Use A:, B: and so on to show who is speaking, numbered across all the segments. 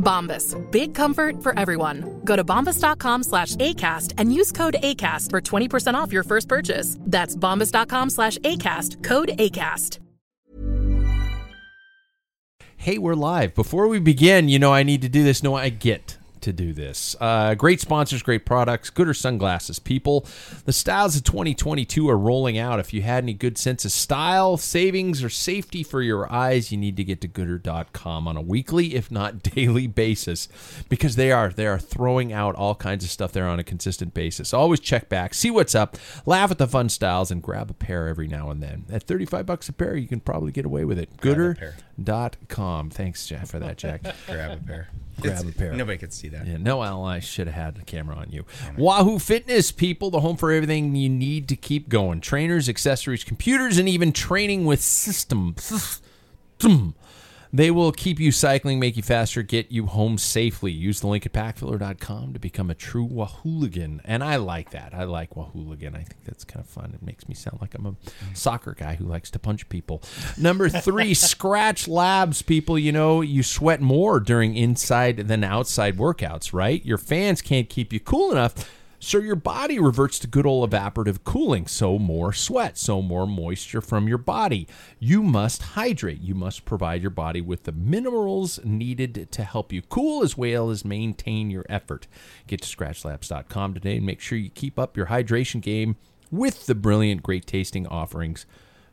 A: Bombas. Big comfort for everyone. Go to bombas.com slash ACAST and use code ACAST for 20% off your first purchase. That's bombas.com slash ACAST. Code ACAST.
B: Hey, we're live. Before we begin, you know I need to do this. No, I get to do this. Uh, great sponsors, great products, gooder sunglasses, people. The styles of 2022 are rolling out. If you had any good sense of style, savings, or safety for your eyes, you need to get to gooder.com on a weekly, if not daily basis, because they are they are throwing out all kinds of stuff there on a consistent basis. Always check back, see what's up, laugh at the fun styles, and grab a pair every now and then. At 35 bucks a pair, you can probably get away with it. Gooder.com. Thanks, Jack, for that, Jack.
C: Grab a pair.
B: Grab a pair.
C: Nobody could see that.
B: Yeah, no, Al, I should have had the camera on you. Wahoo Fitness, people, the home for everything you need to keep going. Trainers, accessories, computers, and even training with system. System. They will keep you cycling, make you faster, get you home safely. Use the link at packfiller.com to become a true Wahooligan. And I like that. I like Wahooligan. I think that's kind of fun. It makes me sound like I'm a soccer guy who likes to punch people. Number three, Scratch Labs, people. You know, you sweat more during inside than outside workouts, right? Your fans can't keep you cool enough. So your body reverts to good old evaporative cooling. So more sweat, so more moisture from your body. You must hydrate. You must provide your body with the minerals needed to help you cool as well as maintain your effort. Get to scratchlabs.com today and make sure you keep up your hydration game with the brilliant, great tasting offerings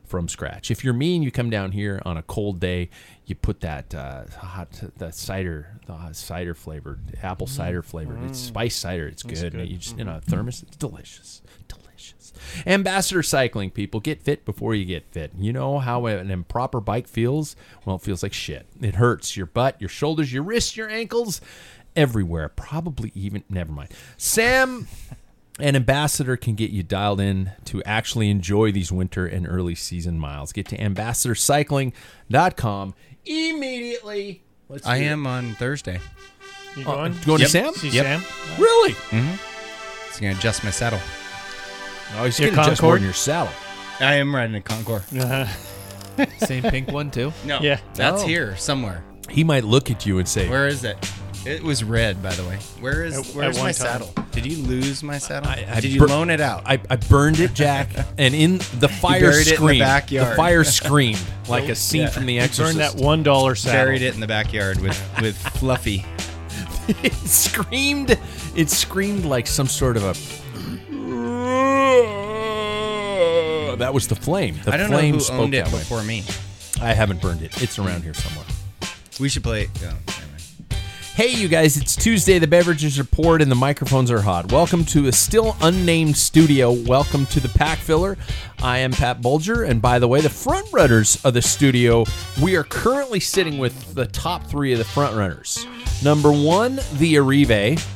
B: from scratch. If you're me and you come down here on a cold day, you put that uh, hot the cider, the cider flavored, apple cider flavored. It's spice cider. It's good. You just you know, a thermos. It's delicious, delicious. Ambassador Cycling people get fit before you get fit. You know how an improper bike feels? Well, it feels like shit. It hurts your butt, your shoulders, your wrists, your ankles, everywhere. Probably even never mind. Sam an ambassador can get you dialed in to actually enjoy these winter and early season miles. Get to ambassadorcycling.com immediately. Let's
C: I
B: do
C: am on Thursday.
D: You
B: Oh,
D: going?
B: going to Sam?
D: See
C: Yep.
D: Sam?
B: it. Really?
C: It's gonna adjust my saddle.
B: No, he's
D: Your
B: getting just more
D: Concord?
B: in your saddle.
C: I am riding a Concord.
B: Uh-huh.
E: Same pink one too.
C: No,
D: Yeah.
C: that's
B: Oh.
C: here somewhere.
B: He might look at you and say,
C: Where is it? It was red, by the way. Where is
D: At- at
C: where's
D: one
C: my
D: time.
C: saddle? Did you lose my saddle?
B: I- I
C: Did you
B: bur-
C: loan it out?
B: I, I burned it, Jack, and in the fire
C: buried it in the
B: screamed.
C: backyard.
B: fire screamed like a scene from The Exorcist.
D: Earn that one dollar salary.
C: buried it in the backyard with with Fluffy.
B: it screamed. It screamed like some sort of a. That was the flame. The
C: I don't know
B: flame
C: who
B: spoke
C: owned it
B: that way.
C: before me.
B: I haven't burned it. It's around here somewhere.
C: We should play. Oh, never mind.
B: Hey, you guys, it's Tuesday. The beverages are poured and the microphones are hot. Welcome to a still unnamed studio. Welcome to the Pack Filler. I am Pat Bulger, and by the way, the front runners of the studio, we are currently sitting with the top three of the front runners. Number one, the Arrive.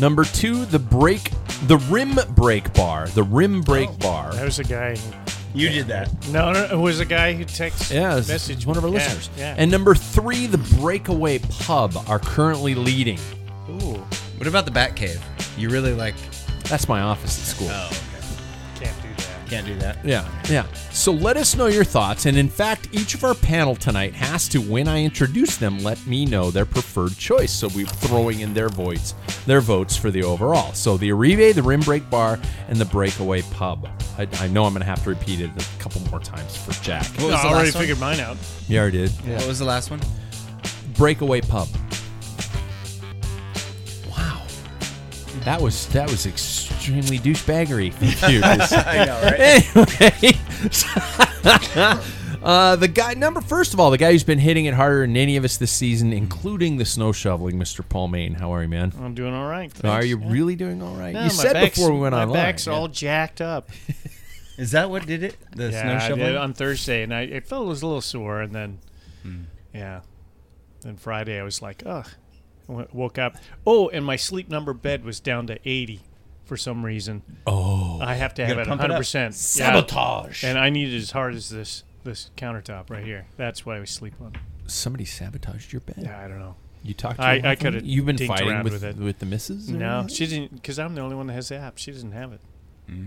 B: Number two, the break, the rim break bar, the rim break bar.
D: Oh. That was a guy. who-
C: You did that.
D: No, no, it was a guy who texted
B: Yeah, it's
D: message
B: one of our
D: yeah,
B: listeners.
D: Yeah.
B: And number three, the Breakaway Pub are currently leading.
D: ooh,
C: What about the Bat Cave? You really like?
B: That's my office at school.
C: Oh,
D: can't do that.
C: can't do that.
B: Yeah, yeah. So let us know your thoughts. And in fact, each of our panel tonight has to, when I introduce them, let me know their preferred choice. So we're throwing in their votes, their votes for the overall. So the Arrive, the Rim Break Bar, and the Breakaway Pub. I, I know I'm going to have to repeat it a couple more times for Jack.
C: What
D: No,
C: was
D: I
C: the
D: already
C: last one?
D: figured mine out.
B: Yeah, I did.
C: What was the last one?
B: Breakaway Pub. Wow, that was that was extremely douchebaggery. from you to say.
C: I know, right?
B: anyway, uh, the guy number first of all, the guy who's been hitting it harder than any of us this season, including the snow shoveling, Mr. Paul Maine. How are you, man?
D: I'm doing all right. Thanks.
B: Are you
D: Yeah.
B: really doing all right?
D: No,
B: you
D: my
B: said
D: back's-
B: before we went
D: my
B: online.
D: back's all jacked up.
C: Is that what did it? The
D: yeah,
C: snow
D: I
C: shoveling.
D: did on Thursday, and I it felt it was a little sore, and then
C: Hmm.
D: yeah, then Friday I was like, ugh, I w- woke up. Oh, and my sleep number bed was down to eighty for some reason. Oh, I have to have
C: gotta
D: it
C: pump it up.
D: hundred percent sabotage, and I needed as hard as this this countertop right here. That's what I was sleep on.
B: Somebody sabotaged your bed.
D: Yeah, I don't know.
B: You talked. To
D: I-
B: your wife
D: I
B: on
D: coulda
B: it? You've been
D: dinked
B: fighting
D: around
B: with
D: with it.
B: with the missus. and
D: No,
B: everything?
D: she didn't, because I'm the only one that has the app. She doesn't have it.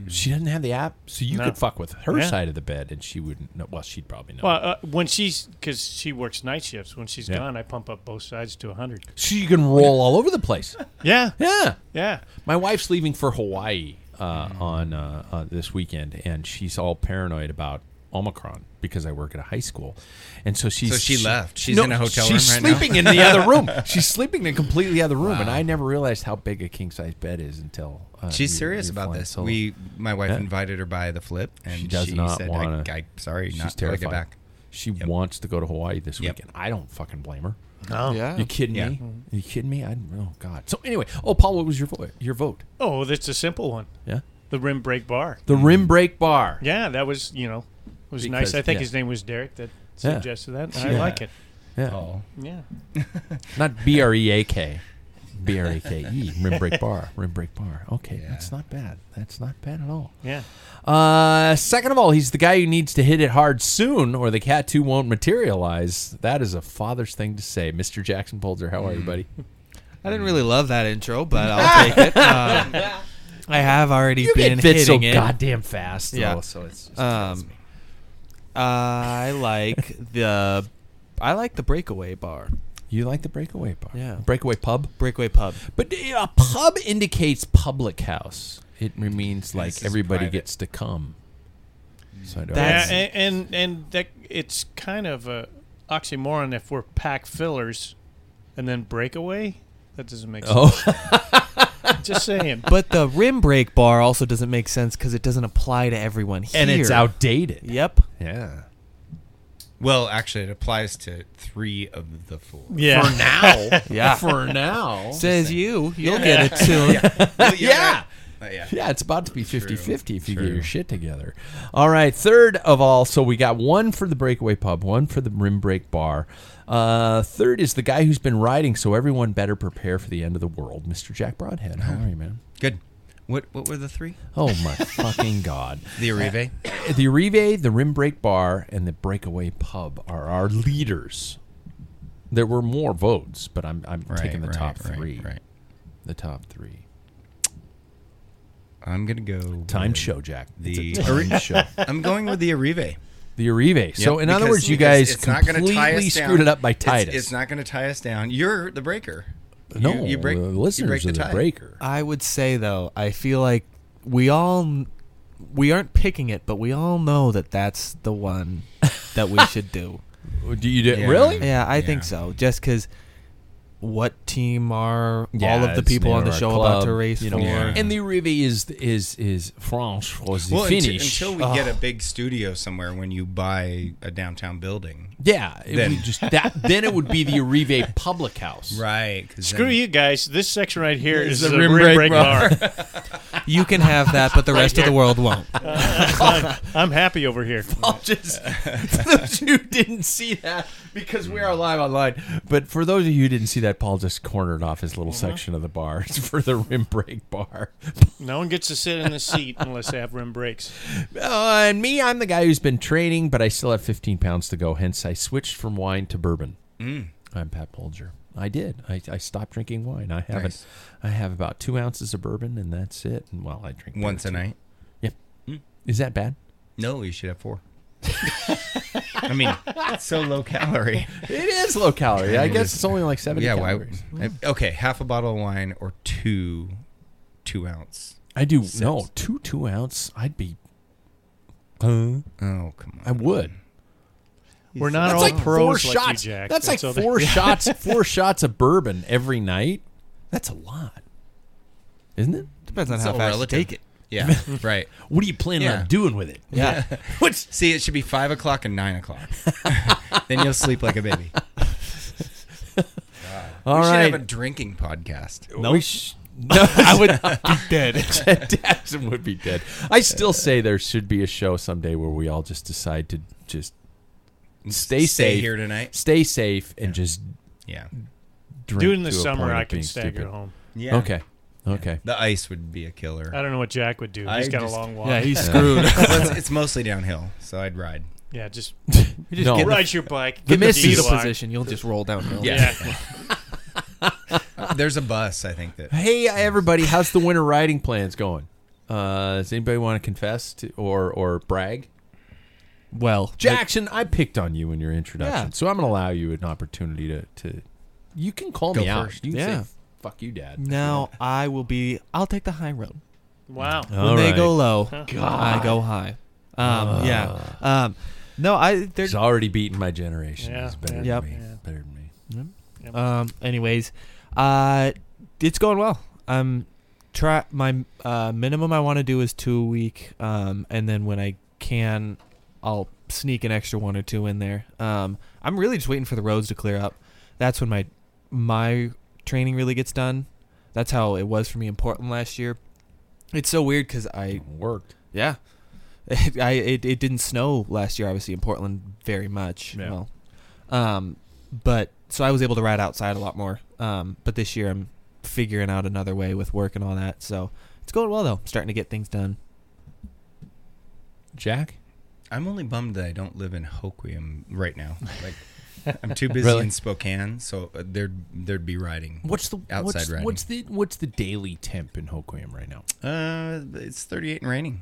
B: she doesn't have the app, so you
D: No.
B: could fuck with her
D: Yeah.
B: side of the bed, and she wouldn't. know. Well, she'd probably know.
D: Well, uh, when she's because she works night shifts. When she's
B: Yeah.
D: gone, I pump up both sides to hundred.
B: so you can roll all over the place.
D: Yeah,
B: Yeah.
D: yeah.
B: My wife's leaving for Hawaii uh,
C: Mm.
B: on uh, uh, this weekend, and she's all paranoid about Omicron because I work at a high school, and so she's
C: So she left. She's in a hotel
B: she's
C: room right now?
B: sleeping in the other room. She's sleeping in a completely other room, and I never realized how big a king size bed is until uh,
C: She's
B: you-
C: serious
B: you're
C: about
B: flying
C: this.
B: solo.
C: We, my wife,
B: Yeah.
C: invited her by the flip, and
B: she does not
C: said,
B: want
C: I, I, "Sorry,
B: She's
C: not till I
B: terrified.
C: get back."
B: She wants to go to Hawaii this
C: Yep.
B: weekend. I don't fucking blame her.
D: Oh,
E: Yeah.
B: You kidding
C: Yeah.
B: me? You kidding me? I oh god. So anyway, oh Paul, what was your vote? Your vote?
D: Oh, that's a simple one.
B: Yeah,
D: The rim break bar.
B: the Rim Break Bar.
D: Yeah, that was you know was
B: Because-
D: nice. I think
B: yeah.
D: his name was Derek that
B: Yeah.
D: suggested that. And I like it.
B: Yeah.
C: Oh,
D: Yeah.
B: Not B R E A K. B R E K E. Rim break bar. Rim break bar. Okay. That's not bad. That's not bad at all.
D: Yeah.
B: Uh, second of all, he's the guy who needs to hit it hard soon or the tattoo won't materialize. That is a father's thing to say. Mr. Jackson Bolger, how are you, buddy?
E: I didn't really love that intro, but I'll take it. Um, I have already
B: You
E: been
B: get fit so
E: hitting it.
B: goddamn fast.
E: Yeah.
B: Though, so it's just
E: Um, uh, I
B: kills me.
E: like the I like the breakaway bar,
B: You like the breakaway bar?
E: Yeah.
B: Breakaway pub?
E: breakaway pub.
B: But uh, a pub indicates public house. It means
C: is
B: like everybody
C: private.
B: gets to come. So I don't
E: That's-
D: yeah and, and and that it's kind of a oxymoron if we're pack fillers and then breakaway. That doesn't make sense.
B: Oh.
D: Just saying.
E: But the rim break bar also doesn't make sense because it doesn't apply to everyone here.
B: and it's outdated.
E: Yep.
B: Yeah.
C: well, actually, it applies to three of the four.
D: Yeah.
B: For now.
E: Yeah.
B: For now.
E: Says you. You'll get it soon.
C: Well,
B: Yeah.
C: right. Uh, yeah.
B: Yeah, it's about to be 50 50 if you get
C: True.
B: your shit together. All right. Third of all, so we got one for the breakaway pub, one for the rim break bar. Uh, third is the guy who's been riding, so everyone better prepare for the end of the world, Mr. Jack Broadhead. How are you, man?
C: Good. What What were the three?
B: Oh, my fucking God.
C: The Arrive.
B: The Arrive, the Rim Break Bar, and the Breakaway Pub are our leaders. There were more votes, but I'm, I'm taking the top three.
C: Right.
B: The top three.
C: I'm gonna go.
B: Time
C: with-
B: show, Jack.
C: The
B: it's a time show.
C: I'm going with the Arrive.
B: The Arrive. So,
C: Yep,
B: in other
C: because-
B: words, you
C: because
B: guys
C: not gonna
B: completely screwed
C: down.
B: it up by
C: It's-
B: Titus.
C: It's, not going to tie us down. You're the breaker. You-
B: no,
C: you break,
B: the
C: you
B: listeners
C: break
B: are the
C: tie.
B: breaker.
E: I would say though, I feel like we all we aren't picking it, but we all know that that's the one that we should do.
B: Oh, Do you do
C: Yeah.
B: really?
E: Yeah, I think
C: Yeah.
E: so. Just because
F: what team are all of
B: Yeah,
F: the
B: it's
F: people on
B: name
F: the
B: of our
F: show
B: club,
F: about to race
B: you
F: for?
B: know.
C: Yeah.
B: And the Rivi is is is France was the
C: Well, unti-
B: finish. Ah.
C: until we get a big studio somewhere when you buy a downtown building.
B: yeah, it
C: Then.
B: would just that then it would be the Rive Public House.
C: Right.
D: Screw you guys. This section right here is
C: a
D: the
C: rim
D: rim,
C: brake
D: brake,
C: bar.
D: bar.
F: You can have that, but the rest of the world won't.
D: I'm happy over here.
B: I'll just for those who didn't see that because we are live online. But for those of you who didn't see that, Paul just cornered off his
C: Uh-huh.
B: little section of the bar It's for the rim brake bar.
D: No one gets to sit in the seat unless they have rim brakes.
B: Uh, and me, I'm the guy who's been training, but I still have 15 pounds to go. Hence, I switched from wine to bourbon.
C: Mm.
B: I'm Pat Bolger. I did. I, I stopped drinking wine. I haven't.
C: Nice.
B: I have about two ounces of bourbon, and that's it. And well, I drink beer,
C: Once Mm. a
B: too.
C: night.
B: Yep. Is that bad?
C: No, you should have four. I mean, it's so low calorie.
B: It is low calorie. I guess it's only like 70
C: yeah, why?
B: calories.
C: Okay, half a bottle of wine or two, two ounce.
B: I do no two two ounce. I'd be. Uh,
C: Oh come
B: I
C: on!
B: would.
D: We're not
B: That's
D: all
B: like
D: pros
B: four
D: like you,
B: shots.
D: Jack.
B: That's like
D: all they-
B: four shots. Four shots of bourbon every night. That's a lot, isn't it?
F: Depends on
C: It's
F: how
C: all
F: fast
C: relative.
F: you take it.
C: Yeah, right.
B: What are you planning
C: Yeah.
B: on doing with it?
F: Yeah.
C: What's, See, it should be five o'clock and nine o'clock. then you'll sleep like a baby.
B: All
C: we should
B: right.
C: have a drinking podcast.
B: no, no, I would be dead. Jackson would be dead. I still say there should be a show someday where we all just decide to just stay,
C: Stay
B: safe
C: here tonight.
B: stay safe, and just
C: Yeah,
B: drink.
D: During the
B: to a
D: summer,
B: point
D: I
B: of
D: can
B: being
D: stagger
B: stupid.
D: home.
C: yeah.
B: Okay, okay.
C: The ice would be a killer.
D: I don't know what Jack would do. He's
C: I
D: got
C: just-
D: a long walk.
F: Yeah, he's
B: Uh,
F: screwed.
C: Well, it's, it's mostly downhill, so I'd ride.
D: Yeah, just
B: no,
D: ride your bike.
B: The
D: Get the
B: missus-
F: See the
D: DUI.
F: position. You'll just roll downhill.
D: Yeah.
C: There's a bus, I think that.
B: Hey everybody, how's the winter riding plans going? Uh, does anybody want to confess to, or or brag?
F: Well,
B: Jackson, I picked on you in your introduction,
F: Yeah.
B: so I'm gonna allow you an opportunity to to. You can call
C: Go
B: me
C: first.
B: out. You can
F: Yeah.
B: say, "Fuck you, Dad."
F: now I will be. I'll take the high road.
D: Wow.
B: All
F: when
B: right.
F: they go low, I go high. Um, yeah. Um, no, I. They're,
B: He's already beaten my generation.
D: Yeah.
B: He's better than
F: Yep.
B: me.
D: Yeah.
B: Better than me.
F: um, anyways, uh, it's going well. I'm try my uh, minimum I want to do is two a week, um, and then when I can, I'll sneak an extra one or two in there. Um, I'm really just waiting for the roads to clear up. That's when my my training really gets done. That's how it was for me in Portland last year. It's so weird because I
B: worked.
F: Yeah. It, I it, it didn't snow last year obviously in Portland very much.
B: Yeah.
F: Well, um, but so I was able to ride outside a lot more. Um, but this year I'm figuring out another way with work and all that. So it's going well though. I'm starting to get things done.
B: Jack?
C: I'm only bummed that I don't live in Hoquiam right now. Like, I'm too busy
B: Really?
C: in Spokane, so uh, there'd there'd be riding.
B: What's the
C: Outside
B: what's,
C: riding.
B: what's the what's the daily temp in Hoquiam right now?
C: Uh, it's 38 and raining.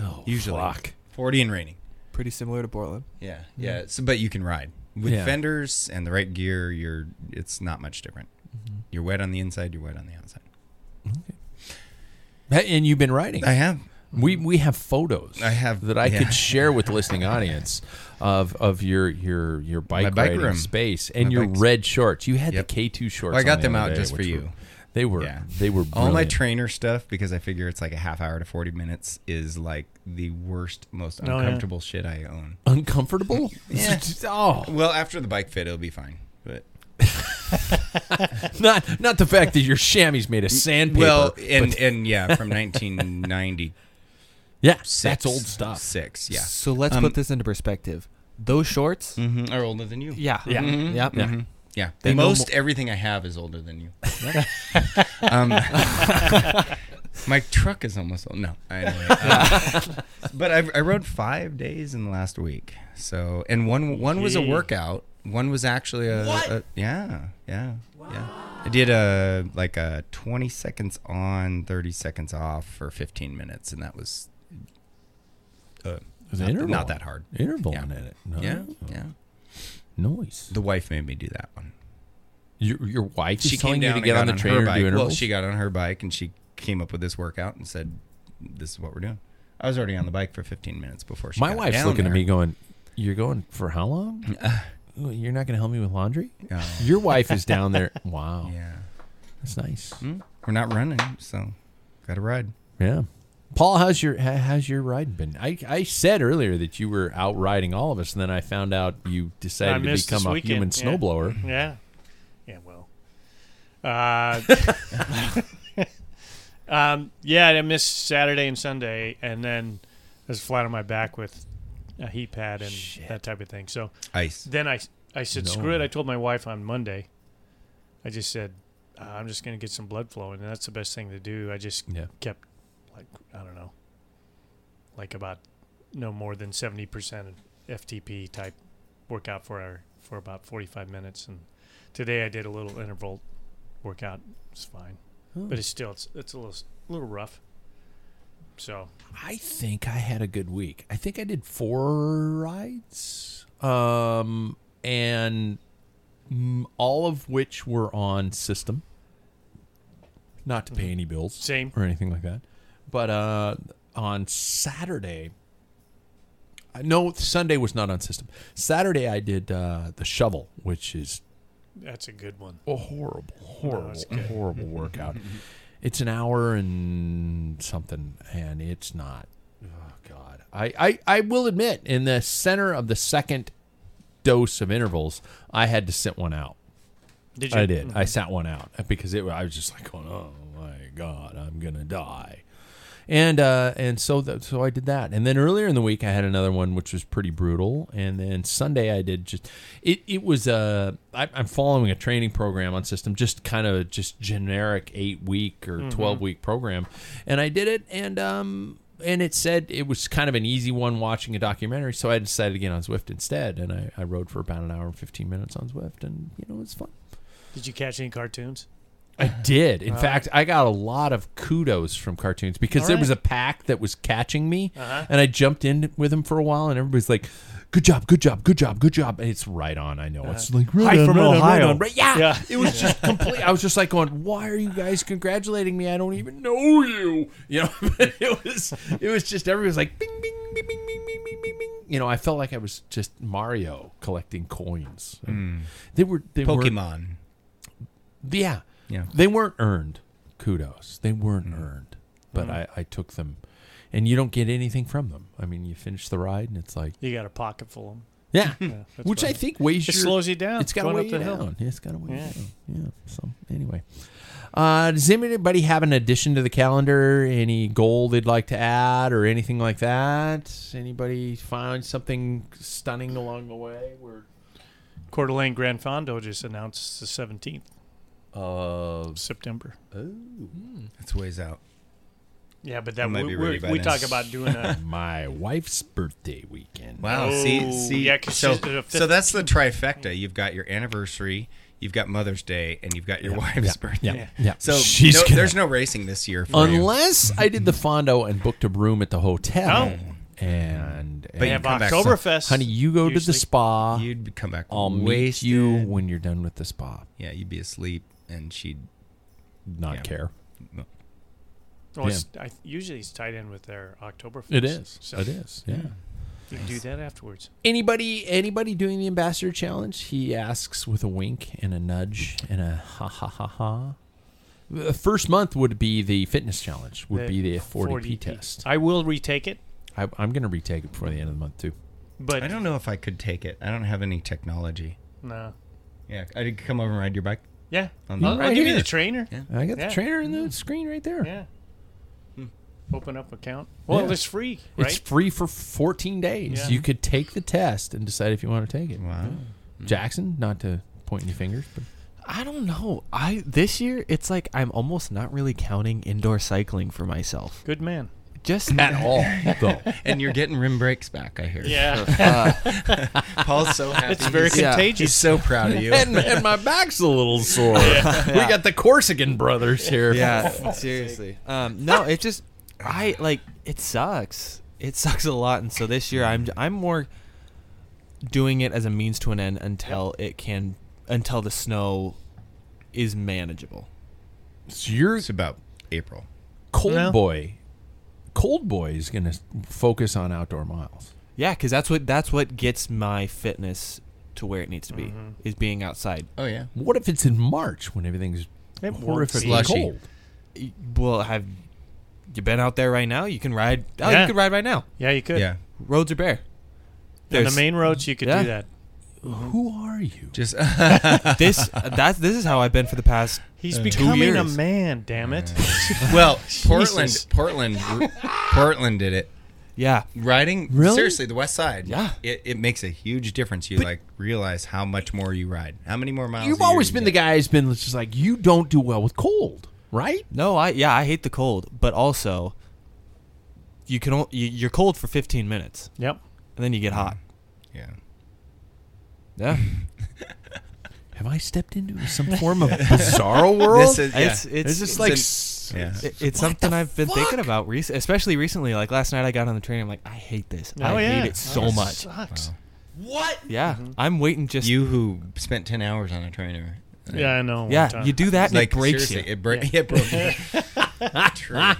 B: Oh,
C: Usually.
B: fuck.
C: 40 and raining.
F: Pretty similar to Portland.
C: Yeah, yeah. So, but you can ride with
B: Yeah.
C: fenders and the right gear. You're it's not much different.
B: Mm-hmm.
C: You're wet on the inside. You're wet on the outside.
B: Hey, And you've been riding.
C: I have.
B: we we have photos
C: I have-
B: that I
C: yeah.
B: could share with listening audience of of your your your bike,
C: My bike
B: riding
C: room.
B: space and
C: My
B: your
C: bikes.
B: red shorts. You had
C: Yep.
B: the K two shorts.
C: Well, I got
B: on the
C: them
B: other
C: out
B: day,
C: just for
B: which
C: you.
B: were- they were
C: yeah,
B: they were
C: all my
B: brilliant.
C: trainer stuff because I figure it's like a half hour to 40 minutes is like the worst, most
B: Oh,
D: yeah.
C: uncomfortable shit I own.
B: uncomfortable.
C: Yeah.
B: oh,
C: Well, after the bike fit, it'll be fine. But
B: not not the fact that your chamois made of sandpaper.
C: well,
B: but-
C: and and yeah, from 1990.
B: yeah, that's old stuff.
C: Six, yeah.
F: So let's
C: Um,
F: put this into perspective. Those shorts.
C: Mhm,
B: Mm-hmm.
C: Are older than you.
F: Yeah. Mm-hmm. Yeah. Yeah.
C: Mhm. Yeah.
F: They
C: The
F: know
C: most everything I have is older than you. um, my truck is almost old. No. Anyway, um, but I, I rode five days in the last week. So, and one one was a
D: Gee.
C: workout. One was actually a, a- yeah yeah yeah. I did a like a twenty seconds on, thirty seconds off for fifteen minutes, and that was uh,
B: was
C: not,
B: interval.
C: not that hard.
B: Interval
C: Yeah.
B: in it. No.
C: Yeah, yeah.
B: Noise.
C: The wife made me do that one.
B: Your, your wife is
C: she came
B: telling you
C: down
B: to
C: and
B: get
C: got
B: on the
C: her
B: trainer to do
C: bike.
B: intervals.
C: Well, she got on her bike and she came up with this workout and said, "This is what we're doing." I was already on the bike for 15 minutes before she.
B: my
C: got
B: wife's
C: down
B: looking
C: there.
B: at me going, "You're going for how long?" "Ooh, you're not going to help me with laundry?
C: No.
B: Your wife is down there. Wow.
C: Yeah.
B: That's nice.
C: Mm, We're not running, so got to ride.
B: Yeah. Paul, how's your how- how's your ride been? I, I said earlier that you were out riding all of us, and then I found out you
D: I
B: decided to
D: missed
B: become
D: this
B: a
D: weekend.
B: human
D: Yeah.
B: snowblower.
D: Yeah. Yeah, well. Uh, um, yeah, I missed Saturday and Sunday, and then I was flat on my back with a heat pad and that type of thing. So
C: Ice.
D: then I, I said, screw
B: No.
D: it. I told my wife on Monday, I just said, uh, I'm just going to get some blood flow, and that's the best thing to do. I just
B: Yeah.
D: kept, like, I don't know, like about no more than 70% FTP type workout for our, for about 45 minutes. And today I did a little interval workout. It's fine.
B: Oh.
D: But it's still, it's, it's a little, little rough. So,
B: I think I had a good week. I think I did four rides, um, and mm, all of which were on system, not to pay any bills,
D: Same.
B: or anything like that. But uh, on Saturday, I- no, Sunday was not on system. Saturday I did uh, the shovel, which is
D: that's a good one.
B: a horrible, horrible,
D: it's good.
B: horrible workout. It's an hour and something, and it's not. Oh God, I, I, I will admit, in the center of the second dose of intervals, I had to sit one out.
D: Did you? Mm-hmm.
B: I did. I sat one out because it. I was just like, going, oh my god, I'm gonna die, and uh, and so that so I did that, and then earlier in the week I had another one which was pretty brutal, and then Sunday I did just it. It was uh, I, I'm following a training program on system, just kind of just generic eight week or twelve week program, and I did it, and um. And it said it was kind of an easy one watching a documentary, so I decided to get on Zwift instead, and I, I rode for about an hour and fifteen minutes on Zwift, and you know it was fun.
D: Did you catch any cartoons?
B: I did. In fact, I got a lot of kudos from cartoons because
D: All
B: there
D: right.
B: was
D: Uh-huh.
B: a pack that was catching me, and I jumped in with them for a while, and everybody's like, "Good job, good job, good job, good job." And it's right on. I know it's like right
D: Hi
B: on,
D: from
B: right on, right
D: Ohio.
B: on, right- Yeah,
D: Uh-huh. Yeah.
B: it was just complete. I was just like going, "Why are you guys congratulating me? I don't even know you." You know, but it was it was just everybody's like, "Bing, bing, bing, bing, bing, bing, bing, bing, bing." You know, I felt like I was just Mario collecting coins.
D: Hmm.
B: They were they were
C: Pokemon.
B: yeah.
C: Yeah.
B: They weren't earned kudos. They weren't
D: Mm-hmm.
B: earned. But I, I took them. And you don't get anything from them. I mean, you finish the ride and it's like,
D: You got a pocket full of them.
B: yeah.
D: that's
B: Hmm. Which
D: what
B: I
D: I-
B: think weighs
D: It
B: your-
D: slows you down.
B: It's got to
D: going
B: weigh
D: up the
B: you
D: hill.
B: down. Yeah, it's got to weigh
D: Yeah.
B: you down. Yeah. So, anyway. Uh, does anybody have an addition to the calendar? Any goal they'd like to add or anything like that? Anybody find something stunning along the way? We're
D: Coeur d'Alene Grand Fondo just announced the 17th
B: uh,
D: of September.
C: That's ways out.
D: Yeah, but that
C: Might be
D: we,
C: ready
D: we,
C: by
D: we
C: then.
D: talk about doing a
B: my wife's birthday weekend.
C: Wow.
D: Oh,
C: see, see.
D: yeah, 'cause
C: so,
D: she's the
C: so that's the trifecta. You've got your anniversary, you've got Mother's Day, and you've got your wife's birthday.
B: yeah, yeah.
C: So
B: She's
C: no,
B: gonna-
C: there's no racing this year. For you.
B: Unless I did the fondo and booked a room at the hotel. And,
C: But
D: they
C: you
B: and
C: come
D: have
C: back some-
D: Oktoberfest.
B: honey, you go to the
D: usually.
B: spa.
C: You'd come back.
B: I'll meet
C: wasted.
B: you when you're done with the spa.
C: Yeah, you'd be asleep, and she'd.
B: Not
C: Yeah.
B: care.
D: Well, it's, I, usually it's tied in with their Oktoberfest. So
B: it is. Yeah.
D: You can do that afterwards.
B: Anybody anybody doing the ambassador challenge? He asks with a wink and a nudge and a ha ha ha ha. The first month would be the fitness challenge, would be the 40p test.
D: I will retake it,
B: I, I'm going to retake it before the end of the month, too.
D: but
C: I don't know if I could take it. I don't have any technology.
D: no.
C: Yeah, I could come over and ride your bike.
D: Yeah,
C: On
D: I'll,
C: the-
D: I'll
B: Right
D: give you
B: here.
D: the trainer. Yeah.
B: I got
D: Yeah.
B: the trainer in the screen right there.
C: Hmm.
D: Open up account. Well,
B: Yeah.
D: it's free, right?
B: It's free for 14 days.
D: Yeah.
B: You could take the test and decide if you want to take it. Wow. Jackson, not to point any fingers, but
E: I don't know. I this year it's like I'm almost not really counting indoor cycling for myself.
D: Good man.
E: Just
B: at all, though.
C: And you're getting rim brakes back, I hear.
D: Yeah,
C: Paul's so happy.
D: it's very
C: he's,
E: Yeah.
C: he's
D: contagious.
C: so proud of you.
B: and, and my back's a little sore. We got the Corsican brothers here.
E: yeah, seriously. Um, no, it just I like it sucks. It sucks a lot, and so this year I'm I'm more doing it as a means to an end until it can until the snow is manageable.
B: So you're
C: It's about April.
B: Cold Boy. Cold Boy is going to focus on outdoor miles.
E: Yeah, because that's what that's what gets my fitness to where it needs to be
D: Mm-hmm.
E: is being outside.
C: Oh yeah.
B: What if it's in March when everything's
D: It won't
B: horrifically
D: be.
C: Slushy.
B: cold?
E: Y- Well, have you been out there right now? You can ride. Oh,
D: Yeah.
E: you can ride right now.
D: Yeah, you could.
C: Yeah.
E: Roads are bare.
D: On the
E: There's-
D: main roads, you could
E: Yeah.
D: do that.
B: Who are you?
C: Just
E: This that's this is how I've been for the past.
D: He's
E: Uh, two
D: becoming a
E: years.
D: man. Damn it!
C: well, Portland,
D: Jesus.
C: Portland, Portland did it.
E: Yeah,
C: Riding
B: Really?
C: seriously, the West Side.
E: Yeah.
C: it, it makes a huge difference. You like realize how much more you ride, how many more miles.
B: You've
C: a year
B: always
C: you
B: been
C: get.
B: the guy who's been just like you don't do well with cold, right?
E: No, I yeah, I hate the cold, but also you can only, you, you're cold for 15 minutes
D: yep.
E: and then you get hot.
C: Yeah,
E: Yeah.
B: Have I stepped into some form of bizarro world?
C: this is yeah.
E: It's it's
B: it's just
E: like
B: like
C: an- yeah.
E: it- it's something I've been thinking about rec- especially recently like last night I got on the train I'm like I hate this.
D: oh,
E: I
D: yeah.
E: hate it so
D: Oh, it
E: much.
D: Sucks.
E: Yeah. I'm waiting just
C: you who spent ten hours on a trainer.
D: Yeah, I know. one
E: Yeah,
D: time.
E: you do that and
C: like
E: it breaks
C: seriously,
E: you.
C: It, break, it broke. me. True.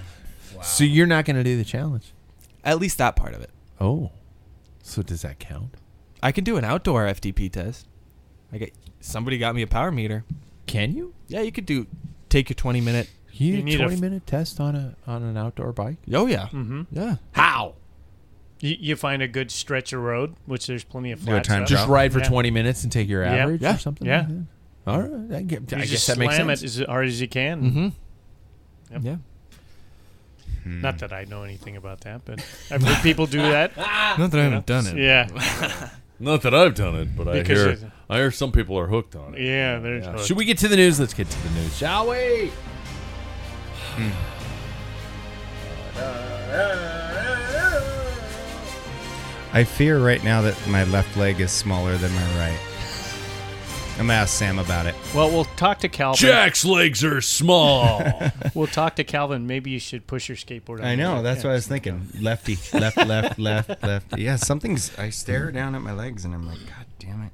B: so you're not going to do the challenge.
E: At least that part of it.
B: Oh, so does that count?
E: I can do an outdoor FTP test. I get somebody got me a power meter.
B: Can you?
E: Yeah, you could do take your 20 minute.
B: You,
D: You
B: need
D: need
B: a
D: a
B: twenty
D: f-
B: minute test on a on an outdoor bike.
E: Oh yeah. Mhm. Yeah.
B: How?
D: You, you find a good stretch of road, which there's plenty of
C: Do a
D: flat
C: time
D: stuff.
B: Just ride for
D: Yeah.
B: twenty minutes and take your
D: Yeah.
B: average
E: Yeah.
B: or something.
D: Yeah.
B: like
E: Mm-hmm.
B: that? All right. I guess,
D: You
B: I guess
D: just
B: that makes
D: slam
B: sense.
D: it as hard as you can.
F: Mm-hmm.
E: Mhm. Yeah.
D: Not that I know anything about that, but I've heard people do that.
E: Not that I haven't done it.
D: Yeah,
G: Not that I've done it, but I
D: Because
G: hear
D: it's-
G: I hear some people are hooked on it.
D: yeah. There's yeah.
B: Should we get to the news? Let's get to the news, shall we?
C: I fear right now that my left leg is smaller than my right. I'm gonna ask Sam about it.
D: Well, we'll talk to Calvin.
G: Jack's legs are small.
D: We'll talk to Calvin. Maybe you should push your skateboard. out.
C: I know. That's
D: Yeah.
C: what I was thinking. Lefty, left, left, left, left. Yeah, something's. I stare down at my legs and I'm like, God damn it.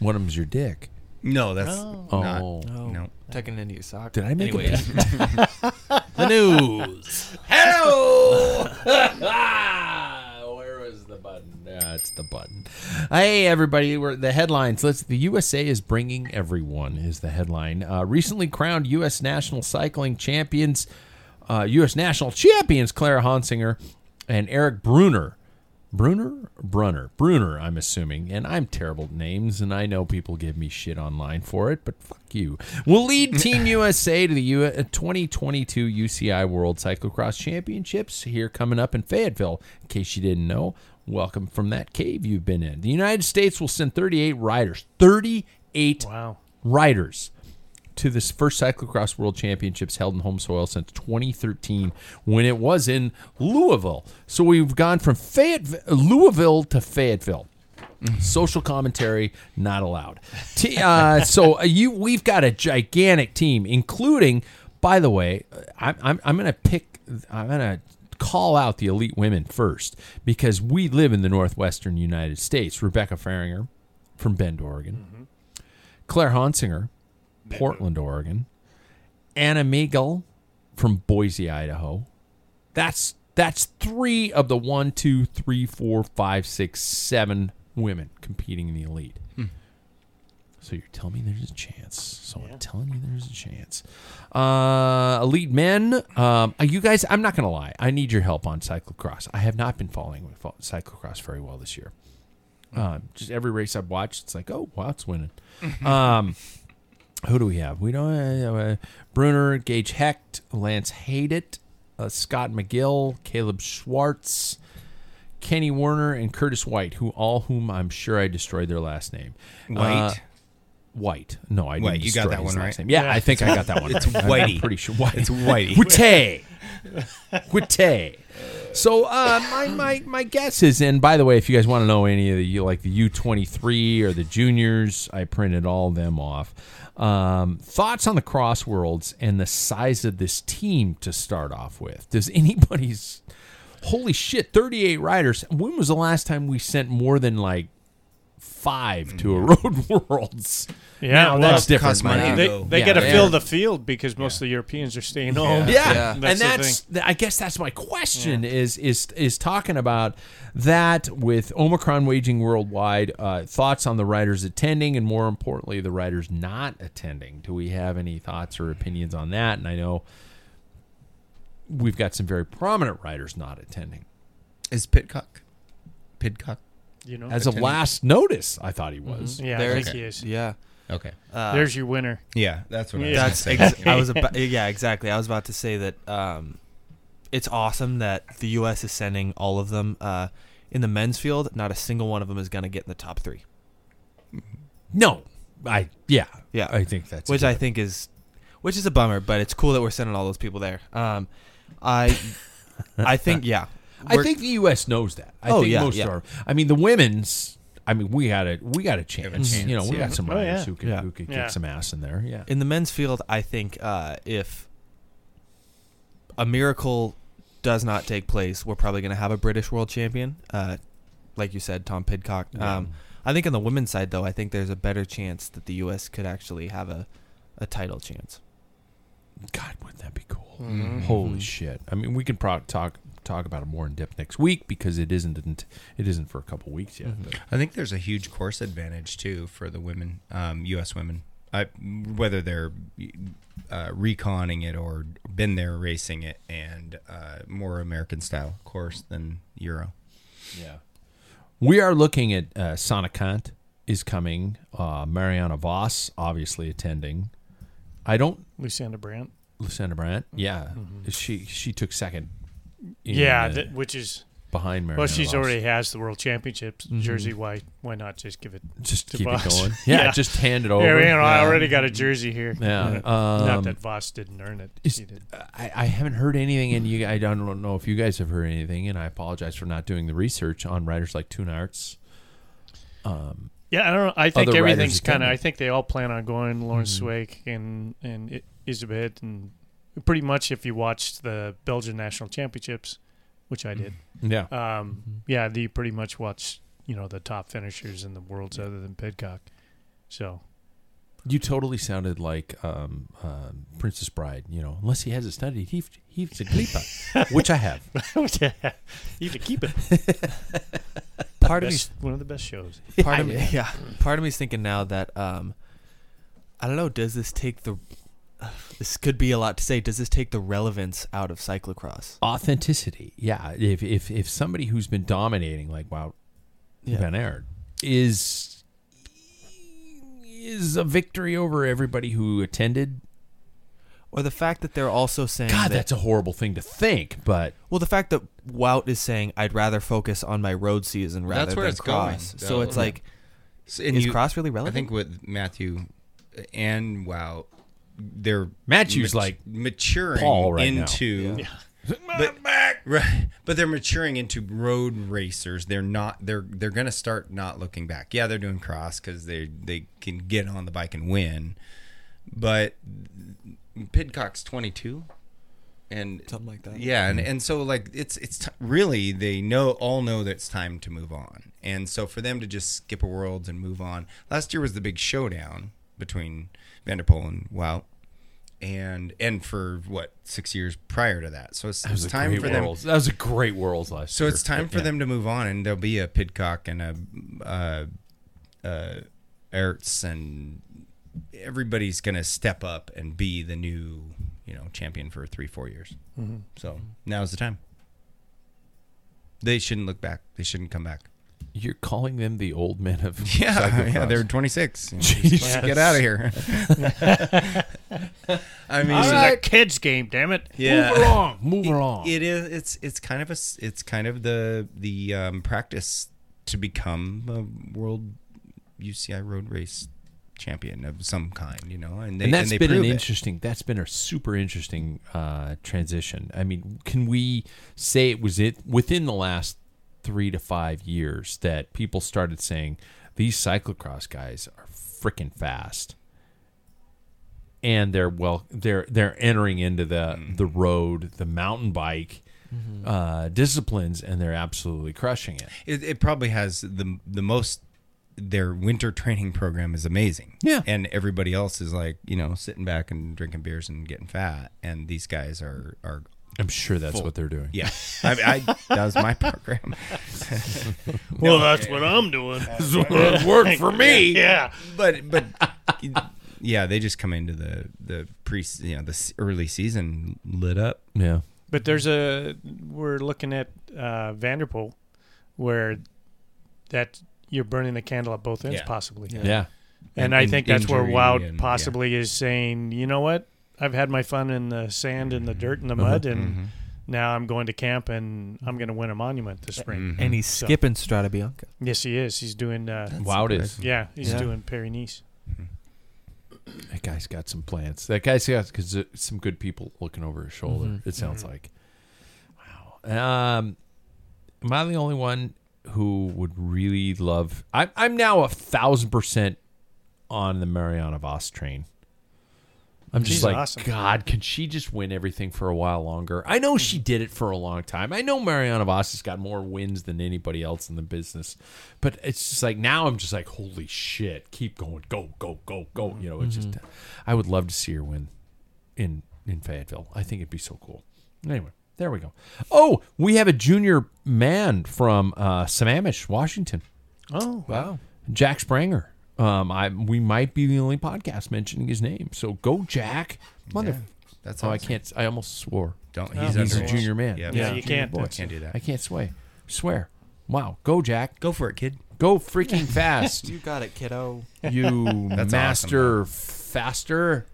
B: One of them's your dick.
C: No, that's not.
B: Oh.
C: No.
E: Tucking into your sock.
B: Did I make a
E: Anyways. the news?
B: Hello. Where was the button? Yeah, it's the button. Hey, everybody! We're the headlines. Let's. The USA is bringing everyone. Is the headline? Uh, recently crowned U.S. national cycling champions, uh, U.S. national champions Clara Honsinger and Eric Bruner. Bruner, Brunner, Bruner. I'm assuming, and I'm terrible at names, and I know people give me shit online for it, but fuck you. Will lead Team USA to the U- uh, 2022 UCI World Cyclocross Championships here coming up in Fayetteville. In case you didn't know, welcome from that cave you've been in. The United States will send 38 riders, 38
D: Wow.
B: riders to this first cyclocross world championships held in home soil since 2013 when it was in Louisville. So we've gone from Fayetteville, Louisville to Fayetteville. Social commentary not allowed. T- uh, so uh, you, we've got a gigantic team, including, by the way, uh, I'm, I'm, I'm going to pick, I'm going to call out the elite women first because we live in the northwestern United States. Rebecca Farringer from Bend, Oregon. Claire Honsinger, Portland, Oregon. Anna Meagle from Boise, Idaho. That's that's three of the one, two, three, four, five, six, seven women competing in the elite. So you're telling me there's a chance. So I'm telling you there's a chance. Uh, elite men, um, you guys. I'm not gonna lie. I need your help on cyclocross. I have not been following fo- cyclocross very well this year. Um, just every race I've watched, it's like, oh, Wout's winning. um, who do we have? We don't. Uh, uh, Bruner, Gage Hecht, Lance Haydit, uh, Scott McGill, Caleb Schwartz, Kenny Werner, and Curtis White, who all whom I'm sure I destroyed their last name. Uh,
C: White.
B: White. No, I didn't.
C: Wait, you got
B: destroy
C: that
B: his
C: one
B: last
C: right?
B: name. Yeah, I think I got that one.
C: It's
B: right. I'm- I'm
C: Whitey.
B: pretty sure. White.
C: It's Whitey.
B: Whitey. Whitey. So uh, my, my my guess is, and by the way, if you guys want to know any of the you like the U twenty three or the juniors, I printed all of them off. Um, thoughts on the cross worlds and the size of this team to start off with? Does anybody's holy shit thirty eight riders? When was the last time we sent more than like five to a Road
C: Mm.
B: Worlds.
D: Yeah,
B: Now,
D: well,
B: that's
D: it
B: different.
C: costs money
B: right?
C: to
D: They,
C: go.
D: they
B: Yeah.
D: got to
B: Yeah.
D: fill the field because most of the Europeans are staying home.
B: Yeah,
D: That's the
B: and that's th- I guess that's my question is is is talking about that with Omicron waging worldwide. Uh, thoughts on the riders attending, and more importantly, the riders not attending. Do we have any thoughts or opinions on that? And I know we've got some very prominent riders not attending.
C: Is Pitcock? Pidcock?
D: You know,
B: As of
C: Attending.
B: last notice, I thought he was.
D: yeah, I
F: There
D: think
F: is-
D: he is.
F: Yeah.
C: Okay.
F: Uh,
D: There's your winner.
C: Yeah, that's what I was
D: Yeah.
C: gonna
F: That's
C: say.
F: ex- I was about, yeah exactly. I was about to say that um, it's awesome that the U.S. is sending all of them uh, in the men's field. Not a single one of them is going to get in the top three,
B: No, I yeah
F: Yeah.
B: I think that's
F: which I think is which is a bummer. But it's cool that we're sending all those people there. Um, I I think yeah.
B: I
F: We're-
B: think the U.S. knows that. I
F: Oh,
B: think
F: yeah,
B: most
F: yeah.
B: are. I mean, the women's. I mean, we had a we got a chance. you know, we got some
D: Oh,
B: riders
D: yeah.
B: who could
F: Yeah.
B: who could
D: Yeah.
B: kick some ass in there. Yeah.
F: in the men's field, I think uh, if a miracle does not take place, we're probably going to have a British world champion. Uh, like you said, Tom Pidcock. Um, I think on the women's side, though, I think there's a better chance that the U.S. could actually have a, a title chance.
B: God, wouldn't that be cool? Mm-hmm. Holy shit! I mean, we can probably talk talk about it more in depth next week because it isn't it isn't for a couple weeks yet.
F: Mm-hmm.
B: but-
C: I think there's a huge course advantage too for the women, um, U.S. women. I, whether they're uh, reconning it or been there racing it, and uh, more American style course than Euro.
B: Yeah. We are looking at uh, Sana Kant is coming. Uh, Mariana Voss obviously attending. I don't
D: Lucinda Brandt.
B: Lucinda Brandt. Yeah, she she took second. in
D: yeah,
B: the-
D: that, which is
B: behind Mariana.
D: well, she's
B: Voss.
D: already has the world championships
B: Mm-hmm.
D: jersey. Why why not just give it?
B: just
D: to
B: keep it
D: Voss.
B: going. Yeah,
D: Yeah.
B: just hand it
D: Yeah,
B: over.
D: you know, I
B: Yeah.
D: already got a jersey here.
B: Yeah, um,
D: not that Voss didn't earn it.
B: Is-
D: She did.
B: I, I haven't heard anything, and you I don't know if you guys have heard anything, and I apologize for not doing the research on writers like Toon Arts. Um,
D: Yeah, I don't know. I think
B: Other riders
D: everything's kind of.
B: attending.
D: I think they all plan on
B: Mm-hmm.
D: going. Lawrence Swake and and I- Isabel and pretty much if you watched the Belgian national championships, which I did.
B: Yeah,
D: Um, yeah, you pretty much watch you know the top finishers in the worlds other than Pidcock. So
B: you totally sounded like um, um, Princess Bride. You know, unless he has it studied, he he's a gleeper, which I have.
D: yeah, you could keep it.
F: Part of me,
D: Best, one of the best shows.
F: part of me, yeah. Part of me's thinking now that um, I don't know. Does this take the? This could be a lot to say. Does this take the relevance out of cyclocross?
B: Authenticity. Yeah, if if if somebody who's been dominating like wow,
F: Yeah.
B: Van Aert is is a victory over everybody who attended.
F: Or the fact that they're also saying
B: God,
F: that,
B: that's a horrible thing to think, but
F: Well, the fact that Wout is saying I'd rather focus on my road season rather
C: That's where
F: than
C: it's going,
F: cross, so
C: though.
F: it's like
C: So, and
F: Is cross really
C: I
F: relevant?
C: think with Matthew and Wow, they're
B: Matthew's
C: mat-
B: like
C: maturing
B: Paul right now.
C: into. But, Right, but they're maturing into road racers. They're not. They're they're gonna start not looking back. Yeah, they're doing cross because they they can get on the bike and win. But Pidcock's twenty two, and
F: something like that. Mm-hmm.
C: yeah, and, and so like it's it's t- really they know all know that it's time to move on, and so for them to just skip a world and move on. Last year was the big showdown between Vanderpool and Wow, and and for what six years prior to that. So it's, it's time for them.
B: That was a great Worlds last
C: So it's time for them to move on, and there'll be a Pidcock and a uh, uh, Ertz, and everybody's going to step up and be the new, you know, champion for three, four years. So now's the time. They shouldn't look back. They shouldn't come back.
B: You're calling them the old men of
C: Yeah,
B: cyclocross.
C: yeah, they're 26. you know, just
B: Jesus.
C: Get out of here. I mean,
D: This is a kids' game, damn it.
C: yeah.
B: move along, move along.
C: It is. It's it's kind of a. s- It's kind of the the um, practice to become a world UCI road race champion of some kind, you know, and they and,
B: and that's
C: they
B: been an
C: prove it.
B: interesting. That's been a super interesting uh, transition. I mean, can we say it was it within the last three to five years that people started saying these cyclocross guys are freaking fast, and they're well, they're they're entering into the
C: Mm-hmm.
B: the road, the mountain bike uh, disciplines, and they're absolutely crushing it.
C: it. It probably has the the most their winter training program is amazing.
B: Yeah.
C: And everybody else is like, you know, sitting back and drinking beers and getting fat. And these guys are, are
B: I'm sure that's
C: Full.
B: what they're doing.
C: yeah. I, I, that was my program.
D: Well, that's what I'm doing.
H: it worked for me.
D: yeah.
C: but but yeah, they just come into the the pre you know the s- early season lit up.
B: Yeah.
D: But there's a we're looking at uh, Vanderpool, where that you're burning the candle at both ends
C: Yeah.
D: possibly.
B: Yeah.
D: And
C: And
D: I
C: in-
D: think that's where
C: injury
D: Wild
C: and- yeah.
D: possibly is saying, you know what, I've had my fun in the sand and the dirt and the mud, and
C: Mm-hmm.
D: now I'm going to camp and I'm going to win a monument this spring.
C: Mm-hmm.
F: and he's
D: So-
F: skipping Strada Bianca.
D: Yes, he is. He's doing. Uh,
B: Wow, it is.
D: yeah, he's
F: Yeah.
D: doing Perry Nice.
B: That guy's got some plans. That guy's got cause uh, some good people looking over his shoulder. It sounds like. Wow. Um, am I the only one who would really love? I'm I'm now a thousand percent on the Mariana Voss train. I'm just
D: She's
B: like,
D: awesome.
B: God, can she just win everything for a while longer? I know she did it for a long time. I know Mariana Voss has got more wins than anybody else in the business, but it's just like now I'm just like, holy shit, keep going, go, go, go, go. You know, it's just, I would love to see her win in in Fayetteville. I think it'd be so cool. Anyway, there we go. Oh, we have a junior man from uh, Sammamish, Washington.
D: Oh,
F: Wow.
B: Jack Spranger. Um, I we might be the only podcast mentioning his name. So go, Jack. Mother.
C: That's
B: Oh, I
C: awesome.
B: can't. I almost swore.
C: Don't
D: Oh,
C: he's,
B: He's a
C: underage.
B: junior man.
C: Yeah,
D: Yeah,
C: he's a
D: you
C: junior
D: can't-
C: boy.
D: that's-
C: can't do that.
B: I can't sway. Swear. Wow. Go, Jack.
C: Go for it, kid.
B: Go freaking fast.
F: You got it, kiddo.
B: you
C: That's
B: master faster.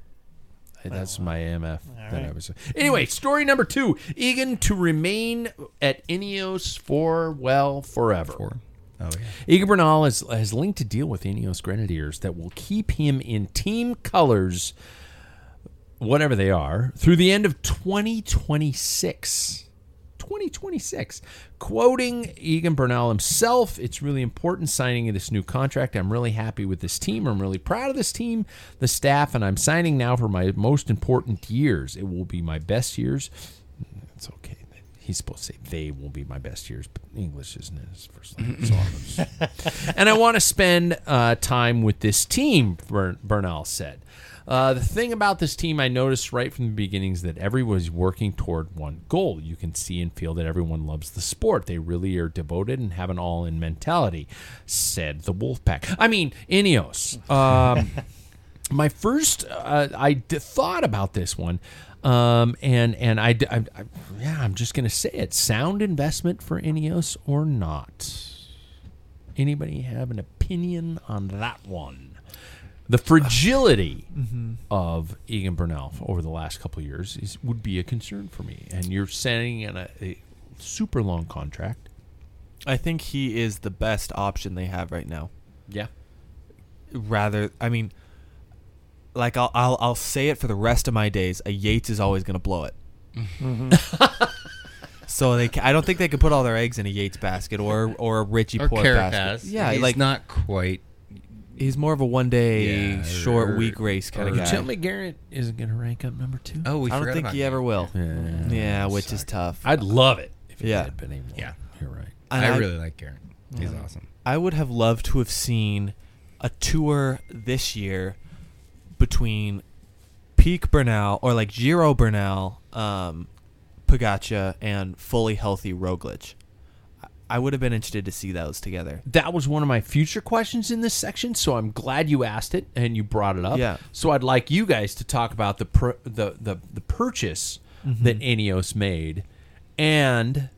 B: Hey, That's my MF that I was. Anyway, story number two: Egan to remain at Ineos for well forever.
C: Oh yeah.
B: Egan Bernal has, has linked a deal with Ineos Grenadiers that will keep him in team colors, whatever they are, through the end of 2026. 2026. Quoting Egan Bernal himself, it's really important signing this new contract. I'm really happy with this team. I'm really proud of this team, the staff, and I'm signing now for my most important years. It will be my best years. It's okay. He's supposed to say they will be my best years, but English isn't his first language. so I'm just- and I want to spend uh, time with this team, Bern- Bernal said. Uh, the thing about this team I noticed right from the beginning is that everyone's working toward one goal. You can see and feel that everyone loves the sport. They really are devoted and have an all in mentality, said the Wolfpack. I mean, Ineos. Um, my first uh, I d- thought about this one, um, and and I, d- I- I- yeah I'm just gonna say it: sound investment for Ineos or not? Anybody have an opinion on that one? The fragility of Egan Bernal over the last couple of years is, would be a concern for me. And you're signing in a, a super long contract.
F: I think he is the best option they have right now.
B: Yeah.
F: Rather, I mean, like I'll I'll, I'll say it for the rest of my days. A Yates is always going to blow it. Mm-hmm. so they, ca- I don't think they can put all their eggs in a Yates basket or or a Richie
C: Or
F: Port
C: Caracas.
F: basket. Yeah,
C: he's
F: like
C: not quite.
F: he's more of a one day
C: Yeah,
F: short
C: or-
F: week race kind
C: or-
F: of guy.
B: Tell me Garrett isn't going to rank up number two.
C: Oh, we
F: I don't
C: forgot
F: think
C: about
F: he
C: him.
F: ever will.
B: Yeah.
F: Yeah, which is tough.
B: I'd love it if he
F: Yeah.
B: did, but he won't.
C: Yeah.
B: You're right.
F: And
C: I, really like Garrett. He's awesome.
F: I would have loved to have seen a tour this year between peak Bernal or like Giro Bernal, um, Pagacha, and fully healthy Roglic. I- I would have been interested to see those together.
B: that was one of my future questions in this section, so I'm glad you asked it and you brought it up.
F: Yeah.
B: So I'd like you guys to talk about the pur- the, the the purchase
F: Mm-hmm.
B: that Ineos made, and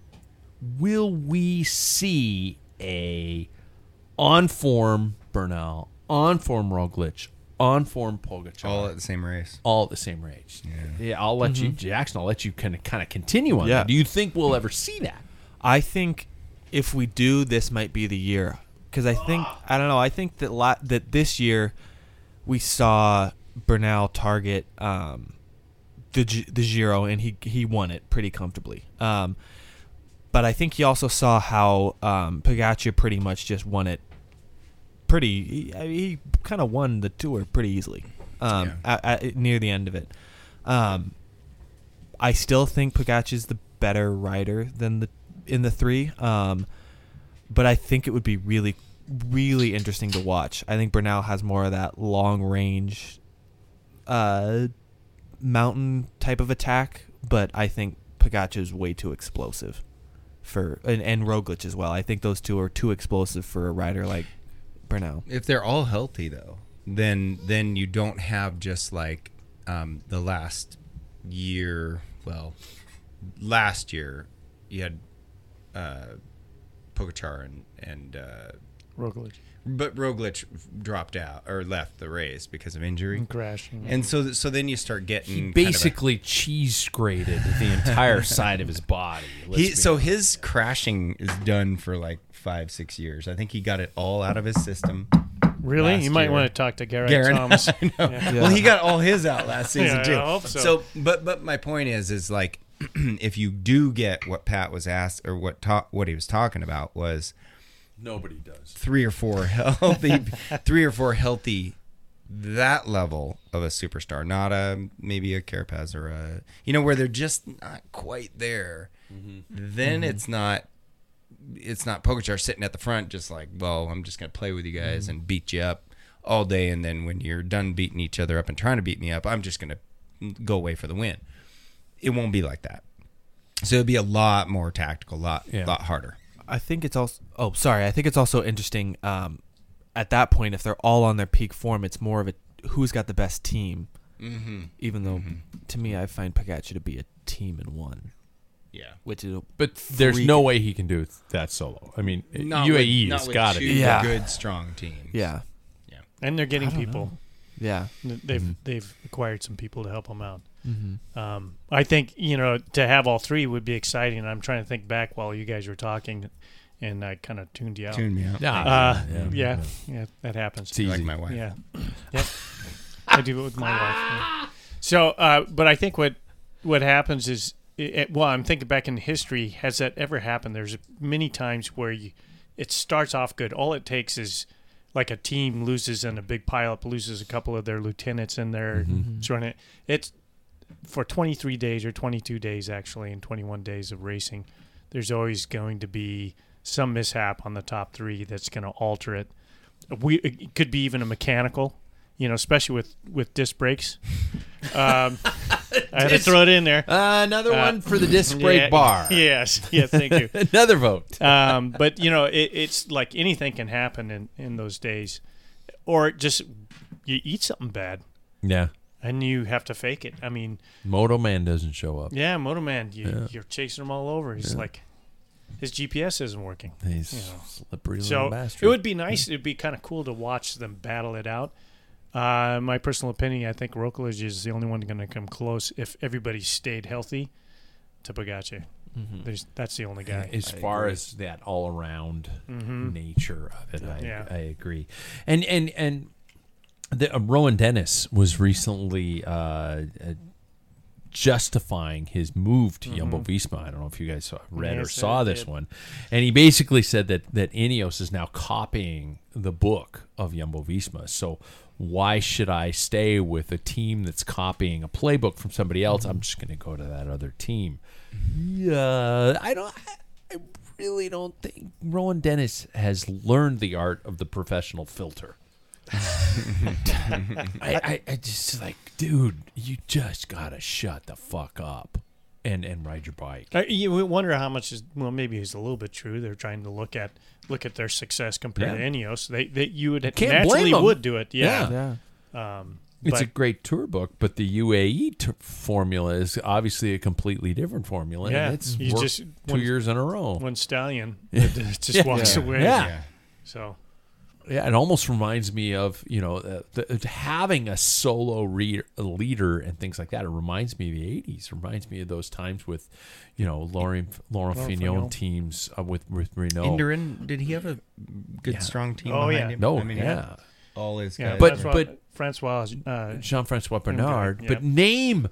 B: will we see a on form Bernal, on form Roglic, on form Pogacar,
C: All at the same race.
B: all at the same race? Yeah. I'll let you, Jackson. I'll let you kind of kind of continue on.
F: Mm-hmm. Yeah.
B: That. Do you think we'll ever see that?
F: I think if we do, this might be the year because I think I don't know. I think that la- that this year we saw Bernal target um, the G- the Giro and he he won it pretty comfortably. Um, but I think he also saw how um, Pagacha pretty much just won it. Pretty, he, I mean, he kind of won the tour pretty easily um, at, at, near the end of it. Um, I still think Pagac is the better rider than the in the three. Um, but I think it would be really
E: really interesting to watch. I think Bernal has more of that long range, uh, mountain type of attack, but I think Pagacha is way too explosive for and, and Roglic as well. I think those two are too explosive for a rider like Bernal.
C: If they're all healthy though, then then you don't have just like um, the last year. Well, last year you had uh, Pogacar and and uh,
D: Roglic.
C: but Roglic dropped out or left the race because of injury
D: And crashing.
C: And so so then you start getting Mm, kind of a-
B: Basically, cheese grated the entire side of his body. Let's
C: he
B: be
C: so his crashing is done for like five six years. I think he got it all out of his system.
D: Really?
C: Last
D: You might
C: year.
D: want to talk to Garrett,
C: Garrett.
D: Thomas.
C: I know. Well, he got all his out last season
D: Yeah, I
C: too.
D: hope so.
C: but but my point is is like if you do get what Pat was asked or what ta- what he was talking about was
B: Nobody does.
C: three or four healthy, three or four healthy, that level of a superstar, not a maybe a Carapaz or a you know where they're just not quite there. Then
B: Mm-hmm.
C: it's not. It's not Pogacar sitting at the front, just like, well, I'm just gonna play with you guys
B: Mm-hmm.
C: and beat you up all day, and then when you're done beating each other up and trying to beat me up, I'm just gonna go away for the win. It won't be like that. So it'd be a lot more tactical, lot lot harder.
E: I think it's also. Oh, sorry. I think it's also interesting. Um, at that point, if they're all on their peak form, it's more of a who's got the best team. Mm-hmm. Even though, to me, I find Pagacha to be a team in one,
C: Yeah.
E: which is a-
B: But there's
E: Freak.
B: no way he can do that solo. I mean, UAE
C: with- not
B: E has
C: with
B: got to
C: two
B: be.
E: Yeah.
C: good strong team.
E: yeah,
D: and they're getting people.
E: yeah.
D: N- They've
C: Mm-hmm.
D: they've acquired some people to help them out.
B: Mm-hmm.
D: Um, I think you know to have all three would be exciting. I'm trying to think back while you guys were talking, and I kind of tuned you out.
C: Tune me out.
B: Nah,
D: uh, yeah, yeah, that happens.
B: It's easy.
C: Like my wife.
D: Yeah. yep. I do it with my wife. yeah. So, uh, but I think what what happens is, it, it- well, I'm thinking back in history. Has that ever happened? There's many times where you, it starts off good. All it takes is like a team loses and a big pileup loses a couple of their lieutenants in there.
B: Mm-hmm.
D: It's running. It's for 23 days or 22 days actually, and 21 days of racing. There's always going to be some mishap on the top three that's going to alter it we it could be even a mechanical, you know, especially with with disc brakes. Um, I had to throw it in there.
B: another
D: Uh,
B: one for the disc brake
D: Yeah,
B: bar.
D: Yes, yeah, thank you.
B: Another vote.
D: Um, but you know, it, it's like anything can happen in in those days, or just you eat something bad
B: Yeah.
D: and you have to fake it. I mean,
B: Moto Man doesn't show up.
D: yeah, Motoman, you, you're chasing him all over. He's like, his GPS isn't working.
B: He's
D: You know.
B: slippery little
D: So
B: bastard.
D: it would be nice. It'd be kind of cool to watch them battle it out. Uh, my personal opinion, I think Roglic is the only one going to come close if everybody stayed healthy to Pogacar. There's that's the only guy. Mm-hmm.
B: as far as that all around
C: Mm-hmm.
B: nature of it, I,
D: Yeah.
B: I agree. And and and the, uh, Rowan Dennis was recently uh, uh, justifying his move to Jumbo Visma. I don't know if you guys saw, read or
D: Mm-hmm. Yes, I
B: saw this
D: did.
B: one, and he basically said that that Ineos is now copying the book of Jumbo Visma. So. Why should I stay with a team that's copying a playbook from somebody else?
D: Mm-hmm.
B: I'm just going to go to that other team. Yeah, I don't. I, I really don't think Rowan Dennis has learned the art of the professional filter. I, I, I just like, dude, you just gotta shut the fuck up and and ride your bike.
D: Uh, you would wonder how much is well, maybe it's a little bit true. They're trying to look at look at their success compared
B: Yeah.
D: to Ineos. They they you would
B: blame
D: naturally
B: them.
D: would do it. Yeah,
E: yeah.
B: It's
D: but-
B: a great tour book, but the UAE t- formula is obviously a completely different formula.
D: Yeah,
B: and it's
D: you
B: worked
D: just-
B: two
D: one-
B: years in a row.
D: one stallion that just walks away.
B: yeah,
D: So
B: Yeah, it almost reminds me of you know uh, the, of having a solo re- a leader and things like that. It reminds me of the '80s. Reminds me of those times with, you know, Laurent Laurent
D: Laurent
B: Fignon,
D: Fignon.
B: teams uh, with with Renault.
C: Inderin, did he have a good strong team
D: Oh,
C: behind
D: yeah.
C: him?
B: No,
C: I mean, he had
B: yeah,
C: all his
D: yeah,
C: guys.
B: But-
C: were-
B: but-
D: Francois, Francois uh,
B: Jean-François Bernard.
D: yeah.
B: But name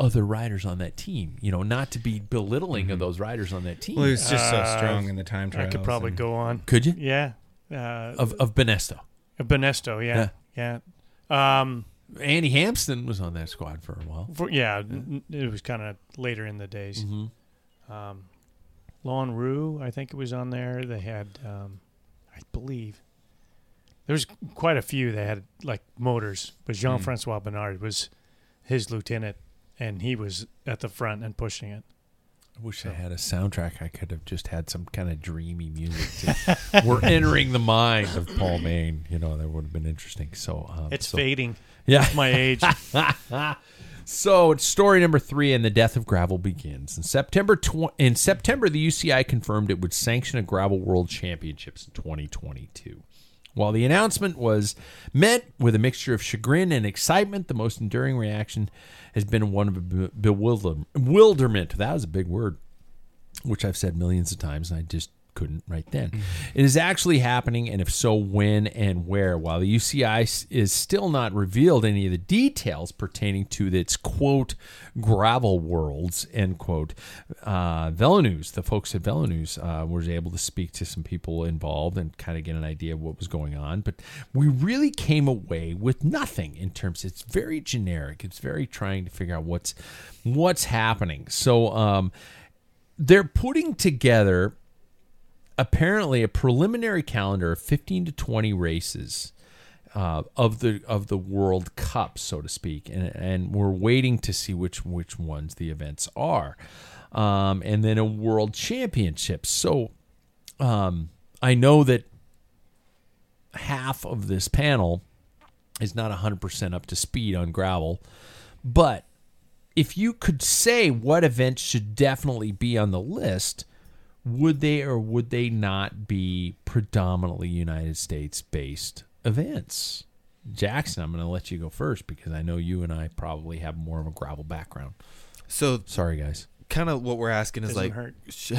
B: other riders on that team. You know, not to be belittling of those riders on that team.
C: well, he was just so
D: Uh,
C: strong in the time
D: I
C: trials.
D: could probably
C: and-
D: go on.
B: Could you
D: Yeah. Uh,
B: of of Benesto?
D: Benesto, yeah. Yeah. Um,
B: Andy Hampson was on that squad for a while. Mm-hmm.
D: for, yeah, n- n- it was kind of later in the days. Um, Lon Rue, I think it was on there. They had, um, I I believe. There's quite a few that had like motors, but Jean Francois Bernard was his lieutenant, and he was at the front and pushing it.
B: I wish I had a soundtrack. I could have just had some kind of dreamy music. to- We're entering the mind of Paul Maine. You know, that would have been interesting. So um,
D: It's
B: so-
D: fading.
B: Yeah.
D: with my age.
B: So it's story number three, and the death of gravel begins in September. Tw- in September, the UCI confirmed it would sanction a gravel world championships in 2022. While the announcement was met with a mixture of chagrin and excitement, the most enduring reaction has been one of be- bewilder- bewilderment. That was a big word which I've said millions of times, and I just couldn't right then. It is actually happening, and if so, when and where. While the UCI s- is still not revealed any of the details pertaining to its quote gravel worlds end quote, uh, Velonews, the folks at Velonews, uh, was able to speak to some people involved and kind of get an idea of what was going on. But we really came away with nothing in terms. It's very generic. It's very trying to figure out what's what's happening. So. Um, they're putting together apparently a preliminary calendar of 15 to 20 races uh, of the of the World Cup, so to speak, and, and we're waiting to see which which ones the events are, um, and then a World Championship. So um, I know that half of this panel is not 100% up to speed on gravel, but if you could say what events should definitely be on the list, would they or would they not be predominantly United States based events? Jackson, I'm going to let you go first because I know you and I probably have more of a gravel background.
F: So
B: Sorry, guys.
F: kind of what we're asking is
D: Doesn't
F: like,
D: hurt.
F: Should,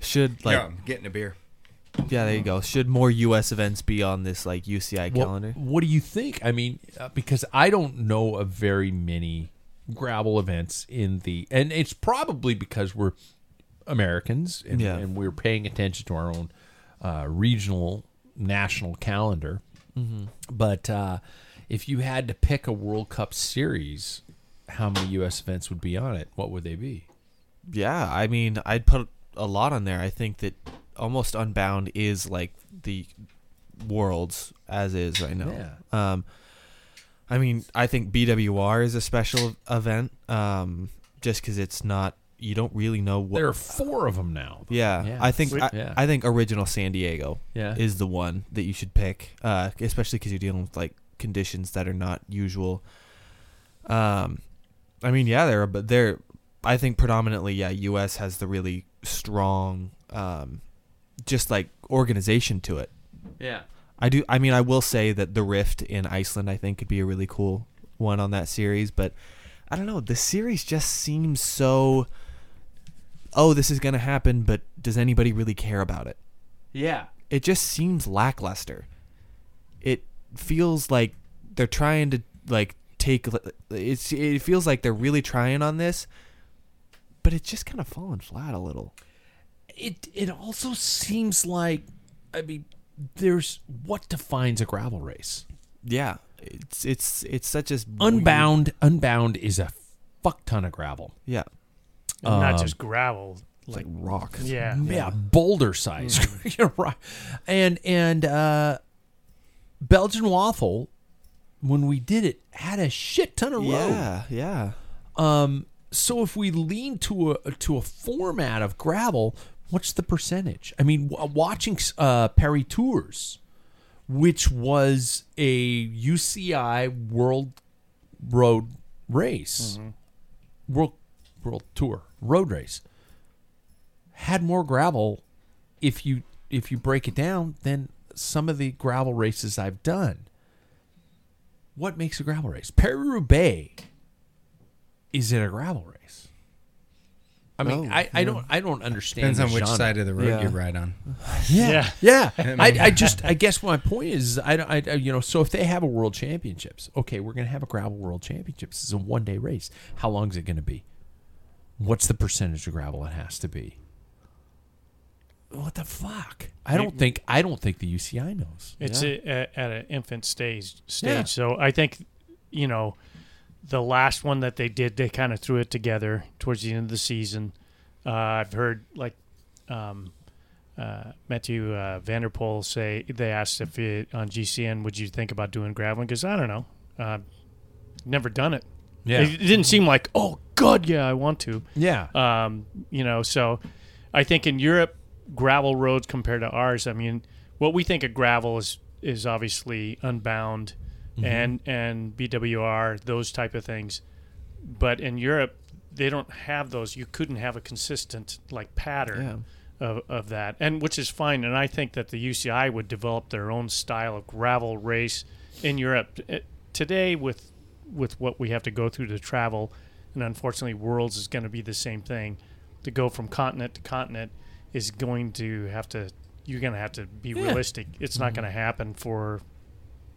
F: should like
C: yeah, I'm getting a beer.
F: yeah, there you go. Should more U.S. events be on this like UCI
B: What-
F: calendar?
B: What, do you think? I mean, uh, because I don't know of very many gravel events in the, and it's probably because we're Americans and,
F: Yeah.
B: and we're paying attention to our own uh, regional, national calendar.
F: Mm-hmm.
B: But uh, if you had to pick a World Cup series, how many U.S. events would be on it? What would they be?
F: Yeah, I mean, I'd put a lot on there. I think that almost Unbound is like the world's as is right now. Um, I mean, I think BWR is a special event, um, just because it's not. You don't really know what.
B: There are four of them now.
F: yeah,
B: Yeah.
F: I think
B: Sweet.
F: I,
B: Yeah.
F: I think original San Diego
B: Yeah.
F: is the one that you should pick, uh, especially because you're dealing with like conditions that are not usual. Um, I mean, yeah, there, are, but there, I think predominantly, yeah, U.S. has the really strong, um, just like organization to it.
B: Yeah.
F: I do. I mean, I will say that the Rift in Iceland, I think, could be a really cool one on that series. But I don't know. The series just seems so. Oh, this is gonna happen, but does anybody really care about it?
B: Yeah.
F: It just seems lackluster. It feels like they're trying to like take. It's. It feels like they're really trying on this, but it's just kind of falling flat a little.
B: it it also seems like I mean there's what defines a gravel race.
F: Yeah. It's it's it's such as
B: Unbound Unbound is a fuck ton of gravel.
F: Yeah.
D: And not just
B: um,
D: gravel, like,
F: rock.
D: yeah,
B: Yeah, boulder size. You're right. And and uh Belgian waffle when we did it had a shit ton of road.
F: Yeah, yeah.
B: Um so if we lean to a to a format of gravel, what's the percentage? I mean, w- watching uh, Perry Tours, which was a UCI World Road race,
C: Mm-hmm.
B: World World Tour road race, had more gravel. If you if you break it down, than some of the gravel races I've done. What makes a gravel race? Perry Roubaix is it a gravel race? I mean,
F: No,
B: I, I don't I don't understand.
C: Oh, Depends
B: the
C: on which
B: genre.
C: side of the road
F: Yeah.
C: you ride on.
D: yeah.
B: Yeah, I, I just I guess my point is I, don't- I I- you know so if they have a world championships, okay, we're gonna have a gravel world championships. It's a one day race. How long is it gonna be? What's the percentage of gravel it has to be? What the fuck? I don't think I don't think the UCI knows.
D: It's a, a, at an infant stage. Stage.
B: Yeah.
D: So I think, you know, the last one that they did, they kind of threw it together towards the end of the season. Uh, I've heard like um, uh, Matthew uh, Vanderpool say they asked if it, on GCN would you think about doing graveling? Because I don't know, uh, never done it.
B: Yeah.
D: it, it didn't seem like oh god, yeah, I want to.
B: Yeah.
D: um, you know. So I think in Europe, gravel roads compared to ours. I mean, what we think of gravel is is obviously unbound
I: Mhm.
D: and and BWR those type of things, but in Europe they don't have those. You couldn't have a consistent like pattern
F: Yeah.
D: of, of that, and which is fine. And I think that the UCI would develop their own style of gravel race in Europe Uh, today with with what we have to go through to travel, and unfortunately, Worlds is going to be the same thing. To go from continent to continent is going to have to you're going to have to be
F: Yeah.
D: realistic. It's not
F: Mhm.
D: going to happen for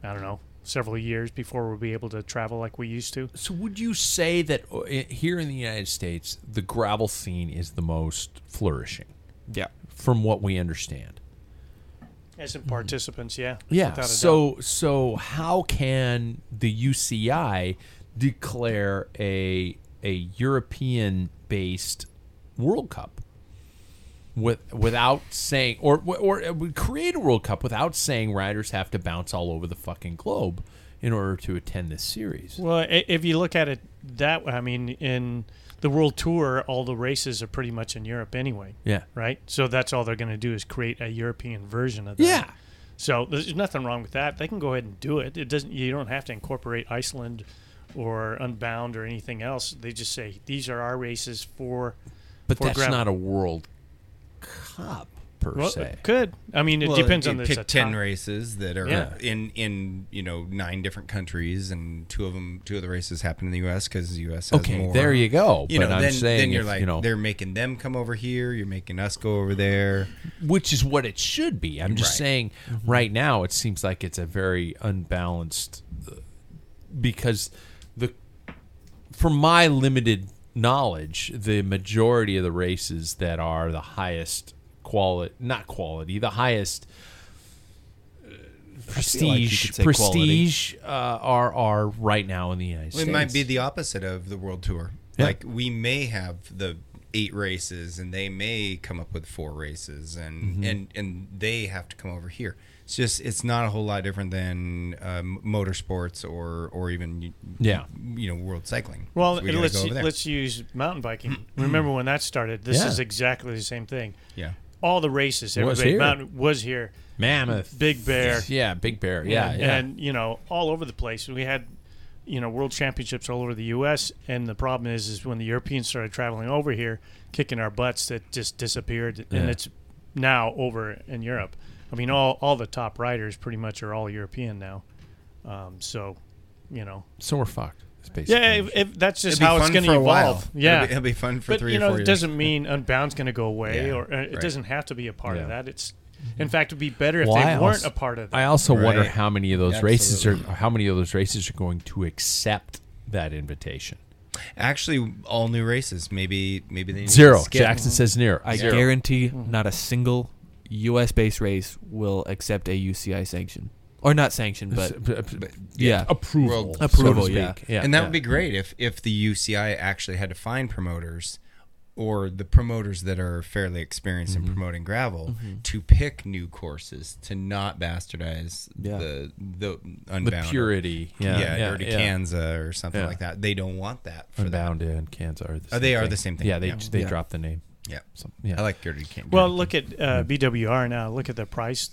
D: I don't know several years before we'll be able to travel like we used to.
B: So would you say that uh, i- here in the United States, the gravel scene is the most flourishing?
F: Yeah.
B: From what we understand.
D: As in participants, yeah.
B: Yeah.
D: without a doubt.
B: So so how can the UCI declare a a European based World Cup with without saying or or uh, we create a World Cup without saying riders have to bounce all over the fucking globe in order to attend this series?
D: Well, i- if you look at it that way, I mean, in the World Tour, all the races are pretty much in Europe anyway.
B: Yeah.
D: Right? So that's all they're going to do is create a European version of that.
B: Yeah.
D: So there's nothing wrong with that. They can go ahead and do it. It doesn't you don't have to incorporate Iceland or Unbound or anything else. They just say these are our races for
B: But
D: for
B: that's
D: gravel."
B: not a World Cup per
D: Well,
B: se.
D: it could. I mean, it
C: Well,
D: depends
C: you
D: on the
C: pick
D: it's a
C: ten
D: top-
C: races that are
D: Yeah.
C: in in you know nine different countries, and two of them two of the races happen in the U.S. because the U.S. has
B: Okay,
C: more.
B: there you go.
C: You
B: But
C: know,
B: I'm
C: then,
B: saying
C: then you're
B: if,
C: like
B: you know-
C: they're making them come over here, you're making us go over there.
B: which is what it should be. I'm just
C: Right. Mm-hmm.
B: saying right now it seems like it's a very unbalanced uh, because the from my limited knowledge, the majority of the races that are the highest quality not quality, the highest uh,
C: feel like you could
B: prestige
C: say quality.
B: prestige uh, are are right now in the United
C: Well,
B: States.
C: it might be the opposite of the World Tour.
B: Yeah.
C: Like we may have the eight races, and they may come up with four races, and
B: Mhm.
C: and and they have to come over here. It's just it's not a whole lot different than um, motorsports or or even
B: Yeah.
C: you know world cycling.
D: Well,
C: So we gotta
D: let's
C: go over there.
D: let's use mountain biking. Remember when that started? This
C: Yeah.
D: is exactly the same thing.
C: Yeah.
D: All the races,
B: Was
D: everybody
B: here.
D: mountain was here.
B: Mammoth.
D: Big Bear.
B: Yeah, Big Bear. Yeah,
D: And,
B: yeah.
D: and, you know, all over the place. We had you know, world championships all over the US and the problem is is when the Europeans started traveling over here, kicking our butts that just disappeared
B: Yeah.
D: and it's now over in Europe. I mean all all the top riders pretty much are all European now. Um, so you know,
B: so we're fucked. It's basically
D: yeah, if, if that's just
C: It'd be
D: how it's
C: fun
D: going
C: for
D: to
C: a while.
D: evolve. Yeah,
C: It'll be- it'll be fun for
D: but,
C: three
D: You
C: or
D: know,
C: four
D: it
C: years.
D: doesn't mean Unbound's going to go away,
C: Yeah,
D: or uh, it
C: right.
D: doesn't have to be a part of
C: Yeah. Mm-hmm.
D: that. It's, in fact, it'd be better if
B: Well,
D: they
B: I
D: weren't
B: also-
D: a part of that.
B: I also wonder
C: Right.
B: how many of those races are
C: Absolutely.
B: how many of those races are going to accept that invitation.
C: actually all new races. Maybe maybe they need to
B: Zero.
C: skip.
B: Jackson says zero.
C: I
F: I
C: Zero.
F: guarantee not a single U.S. based race will accept a UCI sanction or not sanction, but yeah,
B: approval,
F: approval,
B: so to
F: yeah.
B: speak.
C: and that would be great if if the UCI actually had to find promoters or the promoters that are fairly experienced
B: Mm-hmm.
C: in promoting gravel to pick new courses to not bastardize
B: Yeah.
C: the the unbound
B: purity,
C: yeah,
B: yeah,
C: yeah,
B: yeah,
C: or to
B: yeah.
C: Kanza or something
B: Yeah.
C: like that. They don't want that. For
B: Unbound and Kansas are the
C: Oh,
B: same
C: they are
B: thing.
C: the same thing.
B: Yeah, they
C: Yeah.
B: they
C: Yeah.
B: dropped the name.
C: Yeah.
B: So, yeah.
C: I like Gertie Kanza.
D: Well, look at
C: Mm-hmm.
D: uh, BWR now. Look at the price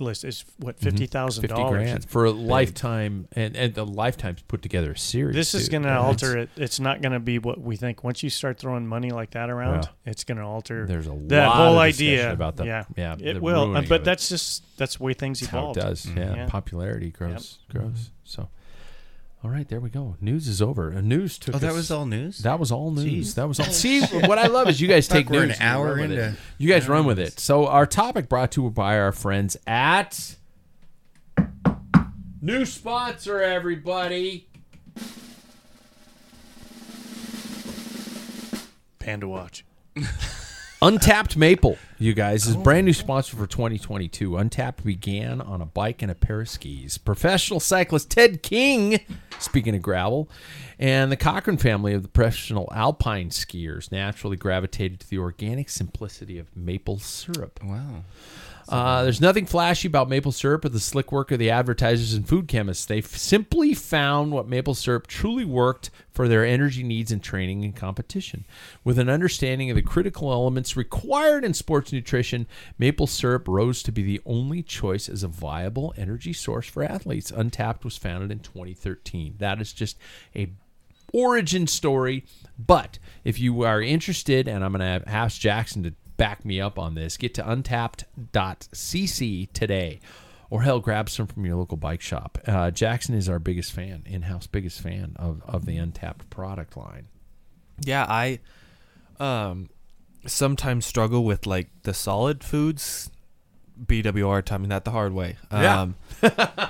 D: list. It's what fifty thousand
B: Mm-hmm. Fifty
D: dollars
B: grand for a lifetime, and and the lifetime's put together a series.
D: This is
B: too.
D: going to
B: Yeah.
D: alter it. It's not going to be what we think. Once you start throwing money like that around, it's going to alter
B: There's a
D: that
B: lot
D: whole
B: of discussion
D: idea
B: about the-
D: Yeah,
B: yeah,
D: it
B: the
D: will. uh,
B: ruining
D: but
B: of it.
D: that's just that's the way things Mm-hmm.
B: That's how
D: evolve.
B: it does. Yeah, popularity grows, grows. So, all right, there we go. News is over. Uh, News took.
C: Oh, that
B: us-
C: was all news?
B: That was all news.
C: Jeez.
B: That was all. See, what I love is you guys
C: Fuck,
B: take
C: we're an
B: news and you
C: hour
B: run with
C: into-
B: it. You guys run with it. So our topic brought to you by our friends at new sponsor. Everybody,
D: Panda Watch.
B: Untapped Maple, you guys, is brand new sponsor for 2022. Untapped began on a bike and a pair of skis. Professional cyclist Ted King Speaking of gravel, and the Cochran family of the professional alpine skiers naturally gravitated to the organic simplicity of maple syrup.
C: Wow.
B: Uh, there's nothing flashy about maple syrup or the slick work of the advertisers and food chemists. They f- simply found what maple syrup truly worked for their energy needs in training and competition. With an understanding of the critical elements required in sports nutrition, maple syrup rose to be the only choice as a viable energy source for athletes. Untapped was founded in 2013. That is just a origin story. But if you are interested, and I'm going to ask Jackson to back me up on this, get to untapped.cc today. Or hell, grab some from your local bike shop. Uh, Jackson is our biggest fan, in house biggest fan of, of the Untapped product line.
F: Yeah, I um sometimes struggle with like the solid foods. BWR taught me that the hard way.
B: Yeah.
F: Um,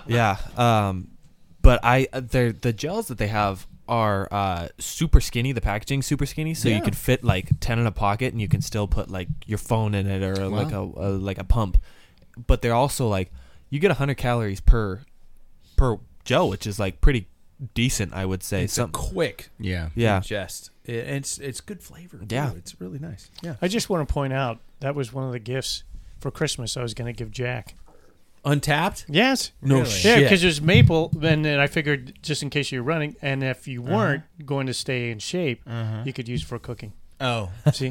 F: yeah. Um, but I the the gels that they have are uh, super skinny. The packaging super skinny, so
B: Yeah.
F: you could fit like ten in a pocket, and you can still put like your phone in it or uh, like a,
B: Wow.
F: a like a pump. But they're also like you get hundred calories per per gel, which is like pretty decent, I would say.
B: It's a
F: Some-
B: quick,
C: Yeah.
F: Yeah.
B: Just it's it's good flavor. too.
F: Yeah.
B: it's really nice. Yeah,
D: I just want to point out that was one of the gifts for Christmas I was going to give Jack.
B: Untapped.
D: Yes.
B: No
D: Yeah,
B: shit.
D: because there's maple, and then I figured just in case you're running, and if you weren't going to stay in shape, you could use it for cooking.
C: Oh.
D: See,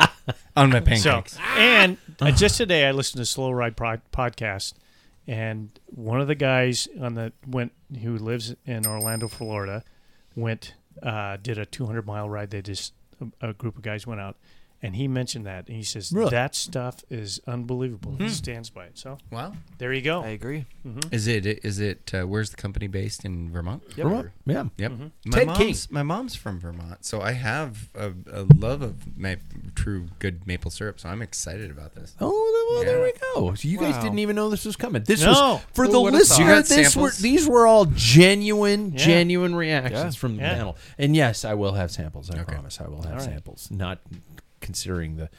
C: On my
D: so
C: pancakes.
D: and uh, just today I listened to Slow Ride pod- podcast, and one of the guys on the went who lives in Orlando, Florida, went uh, did a 200 mile ride. They just a, a group of guys went out, and he mentioned that, and he says
B: Really?
D: that stuff is unbelievable. He stands by it. So
C: Wow.
D: there you go.
F: I agree.
C: Is it? Is it? Uh, where's the company based in Vermont?
B: Vermont, yeah.
C: Yep. My
B: Ted
C: mom's
B: King.
C: my mom's from Vermont, so I have a, a love of ma- true good maple syrup. So I'm excited about this.
B: Oh, well, there we
C: Yeah.
B: go. So you guys
F: Wow.
B: didn't even know this was coming. This was
D: No.
B: for
F: Who
B: the
F: would've thought?
B: listener.
C: You got
B: This were,
C: samples?
B: these were all genuine,
D: Yeah.
B: genuine reactions from the
D: Yeah.
B: panel. And yes, I will have samples. I
C: Okay.
B: promise, I will have
D: All right.
B: samples. Not considering the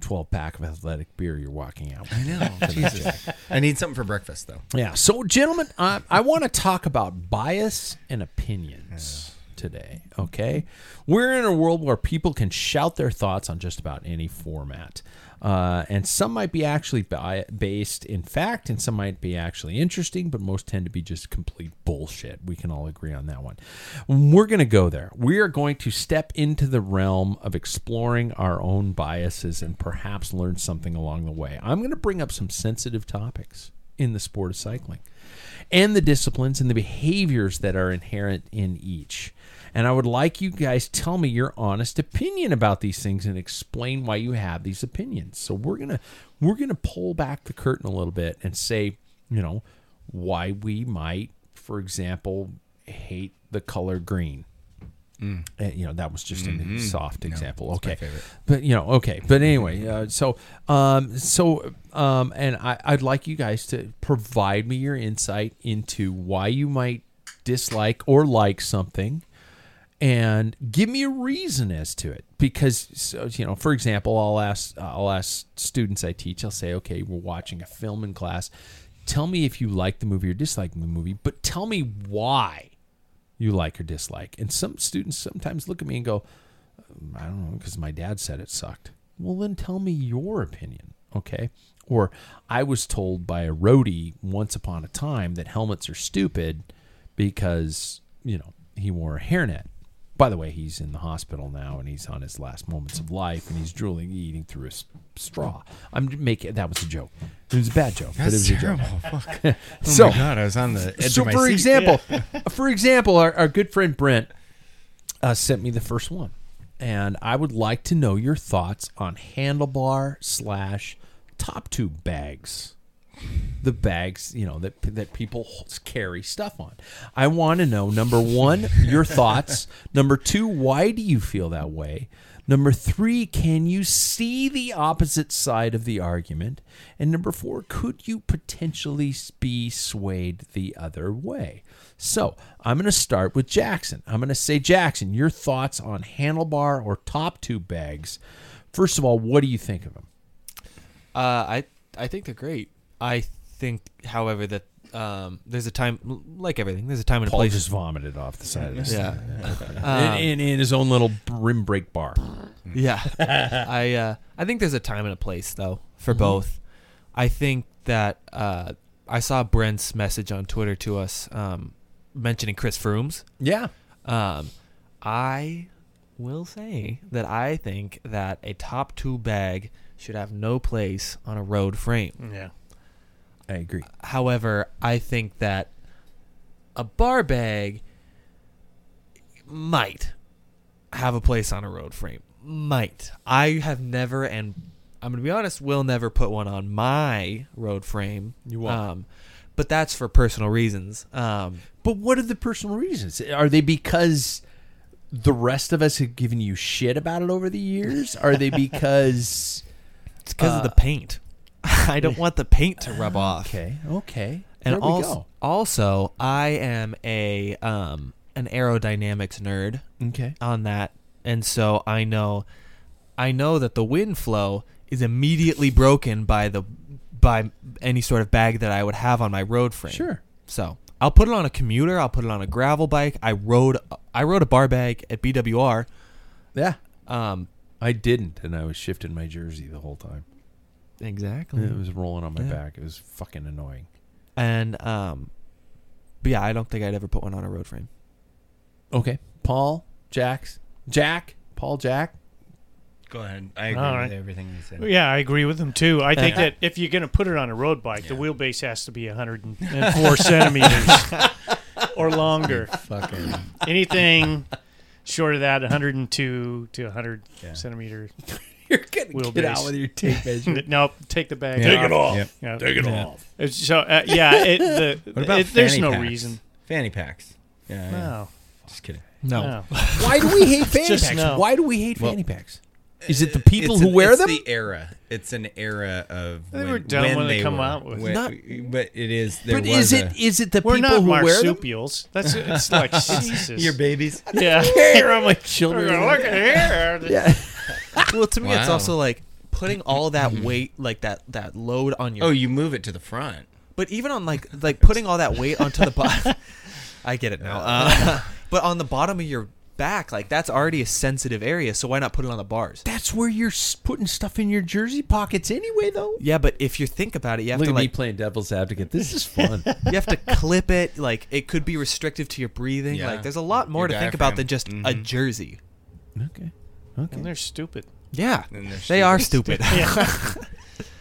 B: twelve pack of athletic beer you're walking out.
C: I
B: With.
C: know. Jesus. I need something for breakfast though.
B: Yeah. So, gentlemen, I, I want to talk about bias and opinions today. Okay. We're in a world where people can shout their thoughts on just about any format. Uh, and some might be actually bi- based in fact, and some might be actually interesting, but most tend to be just complete bullshit. We can all agree on that one. We're going to go there. We are going to step into the realm of exploring our own biases and perhaps learn something along the way. I'm going to bring up some sensitive topics in the sport of cycling and the disciplines and the behaviors that are inherent in each. And I would like you guys tell me your honest opinion about these things and explain why you have these opinions. So we're going to we're going to pull back the curtain a little bit and say, you know, why we might for example hate the color green. Uh, you know that was just a soft example okay but you know okay but anyway uh, so um so um and I, i'd like you guys to provide me your insight into why you might dislike or like something and give me a reason as to it because so, you know for example i'll ask i'll ask students i teach i'll say okay we're watching a film in class tell me if you like the movie or dislike the movie but tell me why you like or dislike. And some students sometimes look at me and go, I don't know, because my dad said it sucked. Well, then tell me your opinion, okay? Or I was told by a roadie once upon a time that helmets are stupid because, you know, he wore a hairnet. By the way, he's in the hospital now and he's on his last moments of life and he's drooling, eating through a s- straw. I'm making that was a joke. It was a bad joke, but it was a joke.
C: Fuck.
B: so,
C: oh my god, I was on the edge
B: so
C: of my
B: for
C: seat.
B: example for example our, our good friend brent uh, sent me the first one and i would like to know your thoughts on handlebar slash top tube bags the bags you know that that people h- carry stuff on i want to know number one your thoughts number two why do you feel that way number three can you see the opposite side of the argument and number four could you potentially s- be swayed the other way so i'm going to start with jackson i'm going to say jackson your thoughts on handlebar or top tube bags first of all what do you think of them
F: Uh, I I think they're great. I think, however, that um, there's a time, like everything, there's a time and a
B: Paul
F: place.
B: just vomited off the side of this.
F: Yeah.
B: thing.
F: Um,
B: in, in, in his own little rim brake bar.
F: Yeah, I uh, I think there's a time and a place though for
B: Mhm.
F: both. I think that uh, I saw Brent's message on Twitter to us um, mentioning Chris Frooms.
B: Yeah.
F: Um, I will say that I think that a top two bag should have no place on a road frame.
D: Yeah.
B: I agree.
F: However, I think that a bar bag might have a place on a road frame. Might. I have never, and I'm going to be honest, will never put one on my road frame.
B: You won't.
F: Um, but that's for personal reasons. Um,
B: But what are the personal reasons? Are they because the rest of us have given you shit about it over the years? Are they because
F: it's because of the paint. uh, I don't want the paint to rub off.
B: Ah, Okay, okay.
F: And
B: There we
F: also,
B: go.
F: also, I am a um an aerodynamics nerd.
B: Okay.
F: On that, and so I know, I know that the wind flow is immediately broken by the by any sort of bag that I would have on my road frame.
B: Sure.
F: So I'll put it on a commuter. I'll put it on a gravel bike. I rode I rode a bar bag at BWR.
B: Yeah.
F: Um.
B: I didn't, and I was shifting my jersey the whole time.
F: Exactly.
B: It was rolling on my
F: Yeah.
B: back. It was fucking annoying.
F: And um, but yeah, I don't think I'd ever put one on a road frame.
B: Okay, Paul, Jax, Jack, Paul, Jack.
C: Go ahead. I agree
D: All
C: with
D: right.
C: everything you said.
D: Yeah, I agree with him too. I think
C: Yeah.
D: that if you're going to put it on a road bike, the wheelbase has to be 104 centimeters or longer.
C: Fucking-
D: anything short of that, 102 to 100
C: Yeah.
D: centimeter.
B: You're gonna get out with your tape measure.
D: no, take the bag.
C: Yeah. Take it off. Yep.
D: Yeah.
C: Take it Yeah. off.
D: It's so uh, yeah, it, the,
C: What about
D: it- there's
C: fanny
D: no
C: packs?
D: reason.
C: Fanny packs. Yeah. yeah.
D: No,
C: Just kidding.
D: no.
B: Why do we hate fanny
D: Just
B: packs?
D: no.
B: Why do we hate
C: Well,
B: fanny packs? Is it the people
C: It's
B: who
C: an-
B: wear
C: it's
B: them?
C: the era. It's an era of
D: They
C: when,
D: were dumb when they come
C: were-
D: out with-
C: when-
B: Not-
C: but it is. There
B: but
C: was
B: is it is
C: a-
B: it the
D: We're
B: people
D: not
B: who wear them?
D: marsupials. That's it's like Jesus.
C: your babies?
D: yeah.
B: Hair on my
D: Look
B: children.
D: at here.
F: Well, to me, it's
C: Wow.
F: also like putting all that weight, like that that load on your.
C: Oh, you move it to the front.
F: but even on like like putting all that weight onto the bottom. I get it now. Uh, but on the bottom of your back, like that's already a sensitive area. So why not put it on the bars?
B: That's where you're s- putting stuff in your jersey pockets anyway, though.
F: Yeah, but if you think about it, you have
B: Look
F: to
B: at me
F: like
B: playing devil's advocate. This is fun.
F: you have to clip it. Like it could be restrictive to your breathing.
C: Yeah.
F: Like there's a lot more
C: Your
F: to think
C: diaphragm.
F: about than just a
C: Mhm.
F: jersey.
B: okay. Okay.
D: And they're stupid.
F: Yeah,
C: And they're
F: they are stupid.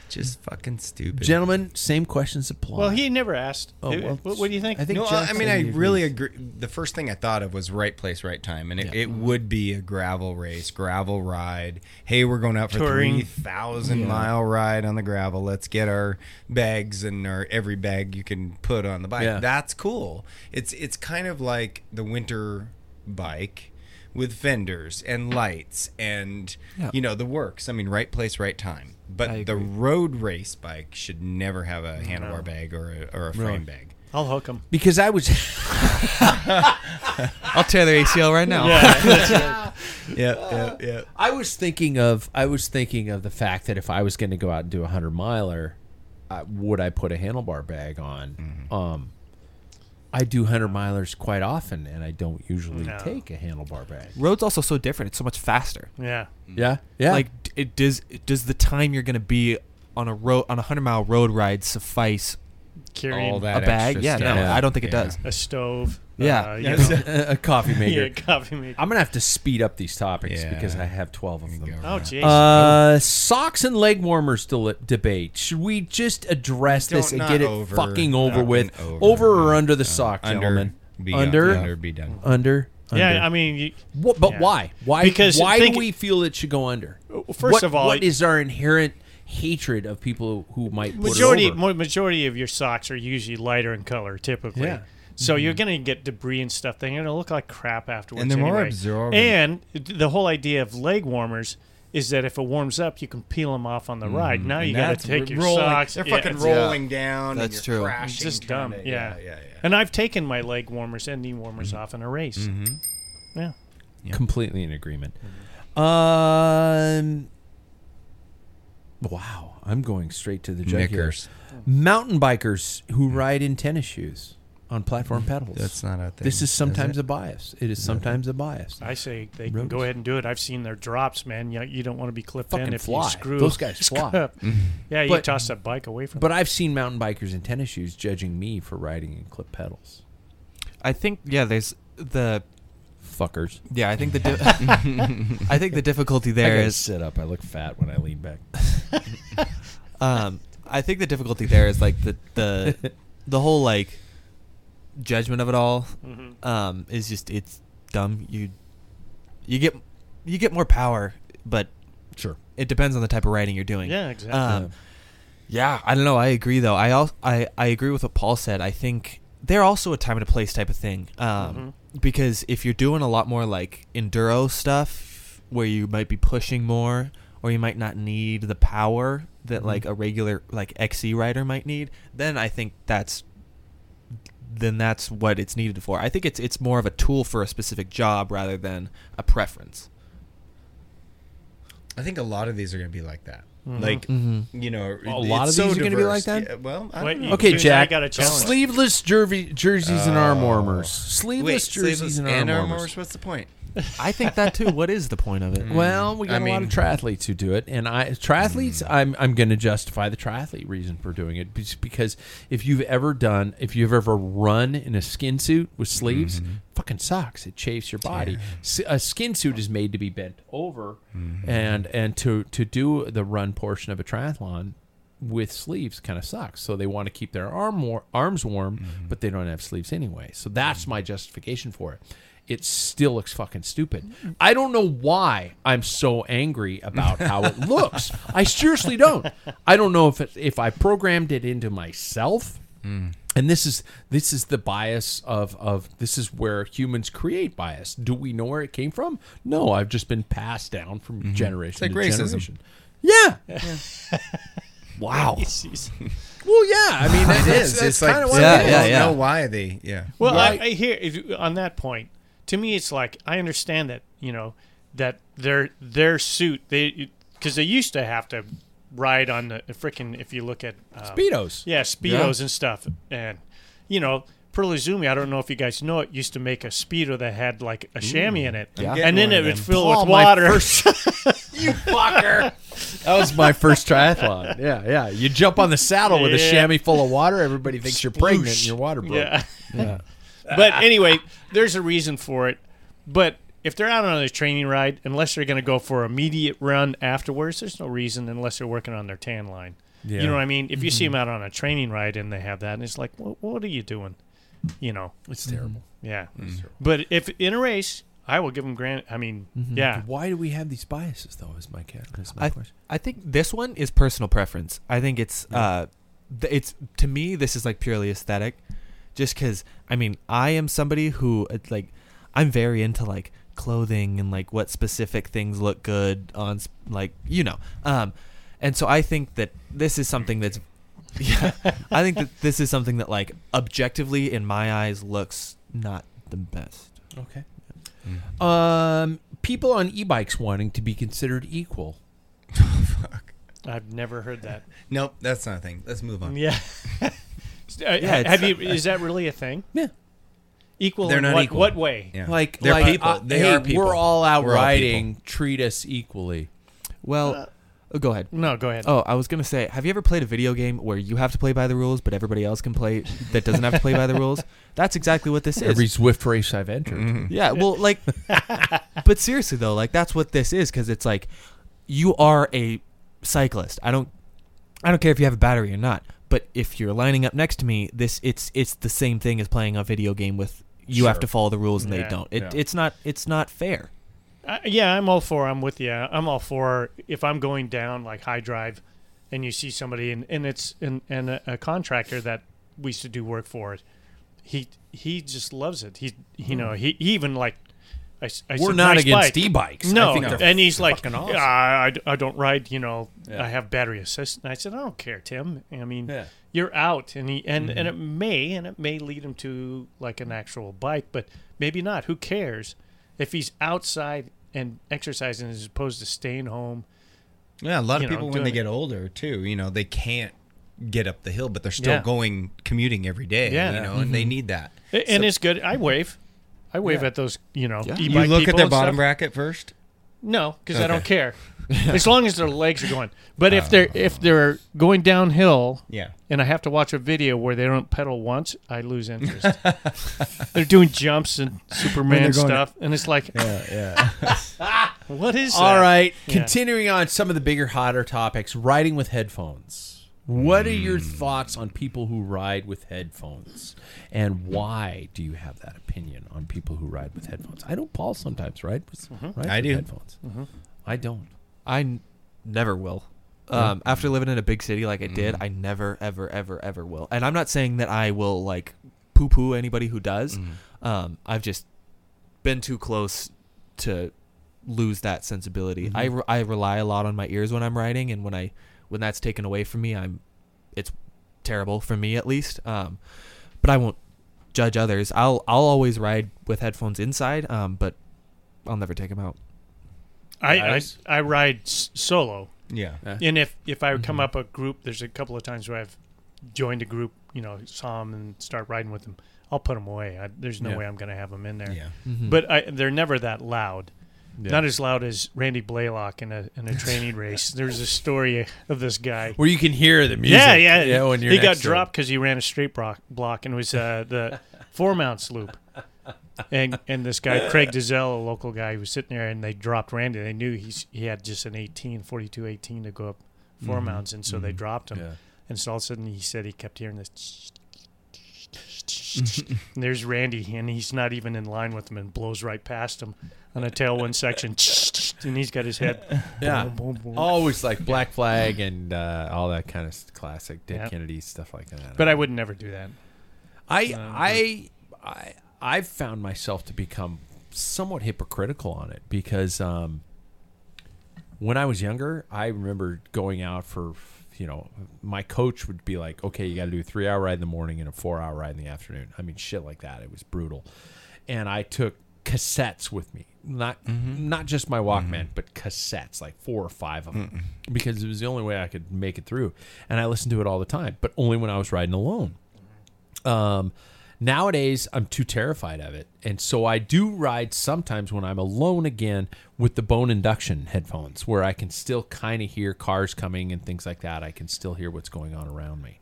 C: Just fucking stupid.
B: Gentlemen, same questions apply.
D: Well, he never asked.
B: Oh,
D: It-
B: well,
D: what, what do you think?
B: I think-
C: no, I I
B: Jackson
C: mean, I
B: agrees.
C: really agree. The first thing I thought of was right place, right time, and it, it would be a gravel race, gravel ride. Hey, we're going out for
D: Touring.
C: three thousand mile ride on the gravel. Let's get our bags and our every bag you can put on the bike.
B: Yeah.
C: That's cool. It's it's kind of like the winter bike with fenders and lights and
F: Yeah.
C: you know the works. I mean, right place, right time.
F: I
C: But the
F: agree.
C: road race bike should never have a handlebar bag or a, or a frame bag.
D: I'll hook him.
B: because I was
F: I'll tear their ACL right now.
C: Yeah, yeah, yeah.
B: I was thinking of I was thinking of the fact that if I was going to go out and do a hundred miler, I, would I put a handlebar bag on?
C: Mm-hmm.
B: Um, I do hundred milers quite often, and I don't usually
D: No.
B: take a handlebar bag.
F: Road's also so different. It's so much faster.
D: Yeah.
C: Mm.
B: Yeah, yeah.
F: Like d- it does it does the time you're going to be on a road on a 100 mile road ride suffice
D: Carrying
C: All
F: a
C: that
F: bag?
C: extra
F: Yeah,
C: stuff.
F: no.
B: Yeah.
F: I don't think it
C: Yeah.
F: does.
D: a stove.
F: Yeah.
D: Uh, you
B: Yes.
D: know,
B: a coffee maker.
D: yeah, coffee maker.
B: I'm gonna have to speed up these topics
C: Yeah.
B: because I have twelve of them.
D: Oh, jeez.
B: Uh, socks and leg warmers del- debate. Should we just address
C: Don't-
B: this and
C: not
B: get it
C: over.
B: fucking over
C: Fucking
B: with? Over,
C: over. Uh,
B: or under the sock,
C: Under.
B: gentlemen?
C: Be done.
B: under, Oh,
C: Under, be done.
B: under.
D: yeah,
B: under.
D: I mean, you,
B: Wha- but
D: yeah.
B: why? Why?
D: Because
B: why
D: think-
B: do we feel it should go under?
D: first
B: What-
D: of all,
B: what is our inherent hatred of people who might put it
D: majority
B: over?
D: mo- majority of your socks are usually lighter in color typically.
B: Yeah.
D: So you're gonna get debris and stuff. They're gonna look like crap afterwards.
C: they're more
D: anyway.
C: absorbent.
D: And the whole idea of leg warmers is that if it warms up, you can peel them off on the ride. Now you gotta
C: That's
D: take
C: r-
D: your
C: rolling-
D: socks.
C: They're
D: Yeah,
C: fucking
D: it's-
C: rolling down. and
F: That's
C: you're
F: true.
C: Crashing,
D: It's just
C: trying
D: dumb.
C: to-
D: yeah.
C: yeah, yeah. yeah.
D: And I've taken my leg warmers and knee warmers off in a race. Yeah.
B: Completely in agreement. Um, Wow, I'm going straight to the jug here.
C: Knickers.
B: Mountain bikers who ride in tennis shoes on platform pedals.
C: That's not out there.
B: This is
C: is
B: sometimes
C: it?
B: a bias. It is
C: No.
B: sometimes a bias.
D: I say they can go ahead and do it. I've seen their drops, man. You, you don't want to be clipped
B: Fucking
D: in if
B: fly.
D: you screw.
B: Those guys
D: screw
B: fly.
D: up. yeah, you
B: But-
D: toss that bike away from.
B: But I've seen mountain bikers in tennis shoes judging me for riding in clip pedals.
F: I think yeah, there's the
B: fuckers.
F: Yeah, I think the di- I think the difficulty
B: I
F: there
B: gotta
F: is
B: sit up. I look fat when I lean back.
F: um, I think the difficulty there is like the the the whole like judgment of it all
D: Mm-hmm.
B: uh,
F: um, is just it's dumb. You you get you get more power, but
B: sure,
F: it depends on the type of writing you're doing.
D: Yeah, exactly.
F: Um, yeah, I don't know. I agree though. I also I I agree with what Paul said. I think they're also a time and a place type of thing. Um,
D: Mm-hmm.
F: because if you're doing a lot more like enduro stuff where you might be pushing more or you might not need the power that like a regular like XC rider might need, then I think that's then that's what it's needed for. I think it's it's more of a tool for a specific job rather than a preference.
C: I think a lot of these are going to be like that.
D: Mm-hmm.
F: Mhm.
C: Like
F: Mhm.
C: you know,
B: Mm-hmm. A
C: it's
B: lot of
C: so
B: these are going to be like
C: diverse.
B: that.
C: Yeah, well, I
D: Wait,
C: don't know.
D: you-
B: okay,
D: dude, I
B: Jack.
D: got a challenge.
B: Sleeveless jervy, jerseys and arm warmers. Sleeveless
C: Wait,
B: jerseys
C: sleeveless
B: and arm warmers.
C: What's the point?
F: I think that too. What is the point of it?
B: Well, we got
C: I
B: a lot
C: mean-
B: of triathletes who do it, and I triathletes. I'm I'm going to justify the triathlete reason for doing it just because if you've ever done, if you've ever run in a skin suit with sleeves, fucking sucks. It chafes your body. S- A skin suit is made to be bent over, and and to to do the run portion of a triathlon with sleeves kind of sucks. So they want to keep their arm war- arms warm,
C: Mm-hmm.
B: but they don't have sleeves anyway. So that's my justification for it. It still looks fucking stupid.
C: Mm.
B: I don't know why I'm so angry about how it looks. I seriously don't. I don't know if it, if I programmed it into myself.
C: Mm.
B: And this is this is the bias of of this is where humans create bias. Do we know where it came from? No, I've just been passed down from generation
C: Mm-hmm. like
B: to
C: racism.
B: generation. Yeah. wow. Well, yeah. I mean, that,
C: It
B: that's,
C: is.
B: that's
C: It's like
B: kind of
C: people
B: what
F: Yeah,
B: it is.
F: yeah,
C: don't
F: yeah.
C: know why they. Yeah.
D: Well,
B: Right.
D: I, I hear if- on that point. To me, it's like I understand that you know that their their suit they because they used to have to ride on the freaking if you look at um,
B: Speedos.
D: yeah speedos and stuff, and you know. Perlizumi, I don't know if you guys know it, used to make a speedo that had like a chamois in it,
F: Yeah.
D: and then
F: Getting
D: it
F: one
D: would
F: of
D: fill
B: Mm. Paul,
D: with
B: my
D: water.
B: Fucker. That was my first triathlon. Yeah, yeah. You jump on the saddle with a
D: Yeah.
B: chamois full of water. Everybody thinks you're pregnant and your water broke.
D: Yeah. but anyway, there's a reason for it. But if they're out on a training ride, unless they're going to go for immediate run afterwards, there's no reason unless they're working on their tan line. You know what I mean? If you
B: Mm-hmm.
D: see them out on a training ride and they have that, and it's like, what, what are you doing? You know?
B: It's terrible.
D: Yeah.
B: Mm-hmm.
D: But if in a race, I will give them grant. I mean,
B: Mm-hmm.
D: yeah.
B: Why do we have these biases, though, is my, ca- is my
F: I,
B: question.
F: I think this one is personal preference. I think it's uh, th- it's to me this is like purely aesthetic, just because I mean I am somebody who it's like I'm very into like clothing and like what specific things look good on s- like you know, um, and so I think that this is something that's yeah I think that this is something that like objectively in my eyes looks not the best.
B: Okay. Um, people on e-bikes wanting to be considered equal.
D: I've never heard that.
C: Nope, that's not a thing. Let's move on.
D: Yeah. yeah
F: it's-
D: Uh, have you? Is that really a thing?
B: Yeah.
D: Equal
C: They're
D: in
C: not
D: what,
C: equal.
D: what way?
C: Yeah.
B: Like,
C: They're
B: like,
C: people.
B: uh,
C: they
B: hey,
C: are people.
B: We're all out
C: We're all
B: riding. treat us equally.
F: Well, oh, go ahead.
D: No, go ahead.
F: Oh, I was gonna say, have you ever played a video game where you have to play by the rules, but everybody else can play that doesn't have to play by the rules? That's exactly what this is.
B: Every Zwift race I've entered.
F: yeah, well, like, but seriously though, like that's what this is because it's like you are a cyclist. I don't, I don't care if you have a battery or not, but if you're lining up next to me, this it's it's the same thing as playing a video game with you have
C: Sure.
F: to follow the rules and
D: Yeah,
F: they don't. It,
C: yeah.
F: It's not it's not fair.
D: Uh, yeah, I'm all for. I'm with you. I'm all for if I'm going down like high drive, and you see somebody and, and it's and and a, a contractor that we used to do work for, he he just loves it. He you know he, he even like. I, s- I
B: Hmm. We're
D: said,
B: not
D: "Nice
B: against
D: bike."
B: e-bikes. I
D: No,
B: think they're
D: and he's like, "Ah,
B: fucking awesome.
D: "Yeah, I, I d- I don't ride. You know, I have battery assist. And I said, I don't care, Tim. I mean,
B: Yeah.
D: you're out, and he and and it may and it may lead him to like an actual bike, but maybe not. Who cares if he's outside and exercising as opposed to staying home,
C: Yeah, a lot
D: you
C: of
D: know,
C: people when they
D: doing
C: get
D: it.
C: older too, you know, they can't get up the hill, but they're still
D: Yeah.
C: going commuting every day.
D: Yeah.
C: you know, and they
D: Mhm.
C: need that.
D: A- And it's good. I wave. I wave at those, you know,
C: You
D: e-bike
C: look at
D: people
C: their
D: and
C: bottom
D: stuff.
C: bracket first.
D: No, because I
C: Okay. Oh.
D: don't care. as long as their legs are going. But if they're if they're going downhill,
C: Yeah.
D: and I have to watch a video where they don't pedal once, I lose interest. they're doing jumps and Superman
B: going-
D: stuff, and it's like,
C: yeah,
D: yeah. what is
B: All
D: that?
B: right.
D: Yeah.
B: Continuing on some of the bigger, hotter topics riding with headphones. What are your thoughts on people who ride with headphones? And why do you have that opinion on people who ride with headphones? I know Paul sometimes ride with,
D: Mm-hmm.
B: rides
C: I
B: with
C: do.
B: headphones. I don't.
F: I n- never will. Um, After living in a big city like I did, I never, ever, ever, ever will. And I'm not saying that I will like poo-poo anybody who does.
C: Mm-hmm.
F: Um, I've just been too close to lose that sensibility. I, re- I rely a lot on my ears when I'm riding, and when I when that's taken away from me, I'm it's terrible for me at least. Um, but I won't judge others. I'll I'll always ride with headphones inside, um, but I'll never take them out.
D: I,
C: Guys?
D: I I ride s- solo.
C: Yeah. Yeah.
D: And if if I
C: Mm-hmm.
D: come up a group, there's a couple of times where I've joined a group, you know, saw them and start riding with them. I'll put them away. I, there's no
C: Yeah.
D: way I'm going to have them in there.
C: Yeah.
F: Mhm.
D: But I, they're never that loud.
B: Yeah.
D: Not as loud as Randy Blaylock in a in a training race. There's a story of this guy
B: Where you can hear the music.
D: Yeah, yeah.
B: you know, when you're
D: he got
B: next to it.
D: dropped because he ran a straight block, block and it was uh, the four mounts loop. And and this guy Craig Dizell, a local guy, he was sitting there, and they dropped Randy. They knew he's he had just an 18, 42, 18 to go up 4
B: Mhm.
D: mounts, and so they dropped him.
B: Yeah.
D: And so all of a sudden, he said he kept hearing this. and there's Randy, and he's not even in line with him, and blows right past him on a tailwind section, and he's got his head.
B: Yeah.
D: boom, boom, boom.
B: Always like Black Flag and uh, all that kind of s- classic Dick
D: Yep.
B: Kennedy stuff like that.
D: But I would never do that.
B: I I I I've found myself to become somewhat hypocritical on it because um, when I was younger, I remember going out for you know my coach would be like, okay, you got to do a three hour ride in the morning and a four hour ride in the afternoon. I mean, shit like that. It was brutal, and I took cassettes with me, not not just my Walkman, but cassettes, like four or five of them, because it was the only way I could make it through. And I listened to it all the time, but only when I was riding alone. Um, nowadays, I'm too terrified of it, and so I do ride sometimes when I'm alone again with the bone induction headphones, where I can still kind of hear cars coming and things like that. I can still hear what's going on around me.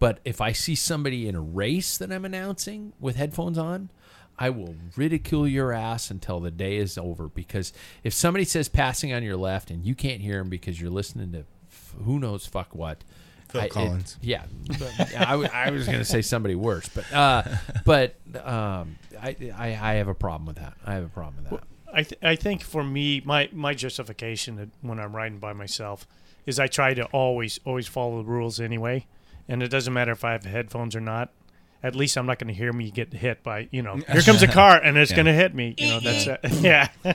B: But if I see somebody in a race that I'm announcing with headphones on, I will ridicule your ass until the day is over. Because if somebody says passing on your left and you can't hear them because you're listening to f- who knows fuck what,
C: Phil
B: I- it-
C: Collins.
B: yeah, but I, w- I was going to say somebody worse, but uh, but um, I, I I have a problem with that. I have a problem with that.
D: I, th- I think for me, my, my justification that when I'm riding by myself is I try to always, always follow the rules anyway. And it doesn't matter if I have headphones or not. At least I'm not going to hear me get hit by, you know, here comes a car and it's
C: Yeah.
D: going to hit me. You know, that's it. Yeah.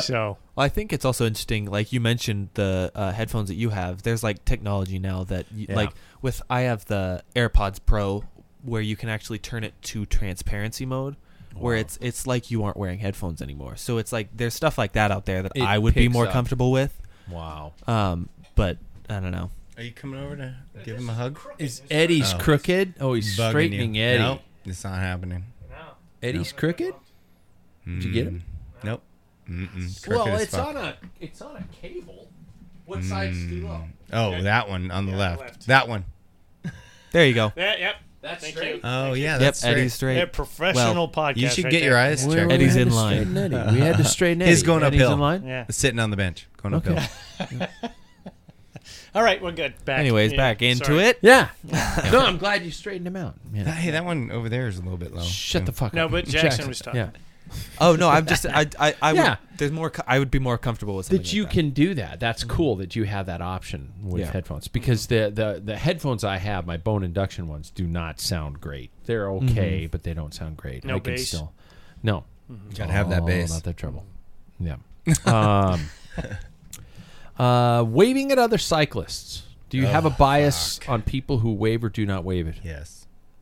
D: so,
F: Well, I think it's also interesting. Like you mentioned, the uh, headphones that you have. There's like technology now that, you,
B: Yeah.
F: like, with I have the AirPods Pro, where you can actually turn it to transparency mode, where
B: Wow.
F: it's it's like you aren't wearing headphones anymore. So it's like there's stuff like that out there that
B: It
F: I would be
B: picks
F: more
B: up.
F: comfortable with.
B: Wow,
C: Uh,
F: Um, but I don't know.
C: Are you coming over to give him a hug?
B: is Eddie's
C: Oh.
B: crooked? Oh, he's
C: Bugging
B: straightening
C: you.
B: Eddie.
C: Nope, it's not happening.
B: Eddie's crooked. Did you get
C: Hmm.
B: him?
C: Nope. Mm-mm. Crooked
B: Well,
C: as
B: it's
C: fuck.
B: on a it's on a cable. What side's too low?
C: Oh, that one on the left. That one.
F: There you go.
D: yeah, yep.
B: That's
D: Thank
B: straight.
D: you.
C: Oh yeah,
F: yep,
C: that's
F: Eddie's
C: straight.
F: straight.
D: Yeah, professional podcast.
C: You should
D: right
C: get your
D: there.
C: eyes checked.
F: Eddie's
B: We had
F: in
B: to
F: line.
B: straighten Eddie. We had to straighten Eddie.
C: He's going
B: Eddie's
C: uphill.
B: in line?
D: Yeah.
C: Sitting on the bench, going
B: Okay.
C: uphill.
D: All right, we're good. Back.
F: Anyways,
D: Yeah,
F: back into
D: sorry.
F: it.
B: Yeah. no, I'm glad you straightened him out. Yeah.
C: Hey, that one over there is a little bit low.
B: Shut the fuck
D: No,
B: up.
D: but Jackson was talking.
B: Yeah.
F: Oh no, I'm just I I, I
B: Yeah.
F: would, there's more. co- I would be more comfortable with something
B: that you
F: like
B: can do that. That's cool that you have that option with
F: Yeah.
B: headphones because the, the the headphones I have, my bone induction ones, do not sound great. They're okay, but they don't sound great.
D: No
B: I can
D: bass?
B: still no.
C: Gotta have that
B: All
C: bass.
B: About Oh, that trouble. Yeah. Um, uh, waving at other cyclists. Do you have a bias on people who wave or do not wave it?
C: Yes.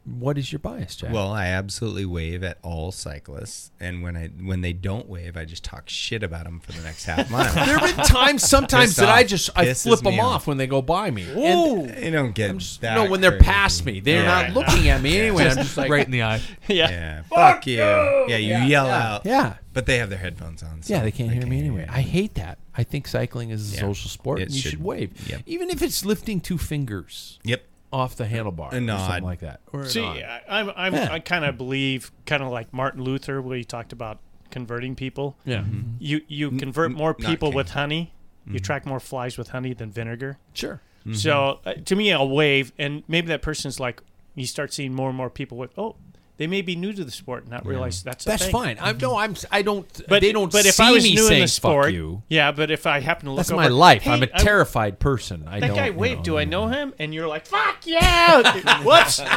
B: What is your bias, Jack?
C: Well, I absolutely wave at all cyclists, and when I when they don't wave, I just talk shit about them for the next half mile.
B: there have been times sometimes
C: Pissed
B: that I
C: off.
B: just I
C: Pisses
B: flip
C: me
B: them off when they go by me.
C: Whoa! They don't get that.
B: no, when they're
C: crazy.
B: past me, they're
C: Yeah, I
B: not
C: know.
B: looking at me
C: Yeah.
B: anyway. I'm
C: Just
B: just like
E: right in the eye.
C: Yeah. Fuck, you. Yeah, you yell out.
B: Yeah.
C: But they have their headphones on. so
B: yeah, they can't hear me anyway. I hate that. I think cycling is a
C: Yeah.
B: social sport.
C: It
B: and you should,
C: should-
B: wave,
C: yep.
B: even if it's lifting two fingers.
C: Yep.
B: Off the handlebar,
C: A
B: or
C: nod.
B: something like that. Or a
D: See,
B: nod.
D: I, I'm, I'm,
B: Yeah.
D: I kind of believe, kind of like Martin Luther, where he talked about converting people.
B: Yeah. Mhm.
D: You you
C: N-
D: convert
C: n-
D: more
C: not
D: people
C: king.
D: with honey. You
C: Mhm.
D: attract more flies with honey than vinegar.
B: Sure.
D: So uh, to me, I'll wave, and maybe that person's like, you start seeing more and more people with, oh, they may be new to the sport and not realize that's a
B: That's
D: thing.
B: fine. I'm no, I'm. I don't.
D: But
B: they don't.
D: But
B: see
D: if I was
B: me
D: new
B: saying
D: in the sport,
B: "fuck you,"
D: yeah. But if I happen to look,
B: that's
D: over,
B: my life.
D: "Hey,
B: I'm a
D: I-
B: terrified person. I
D: that
B: don't.
D: guy
B: you
D: waved.
B: know.
D: Do I know him? And you're like, fuck yeah! Whoops.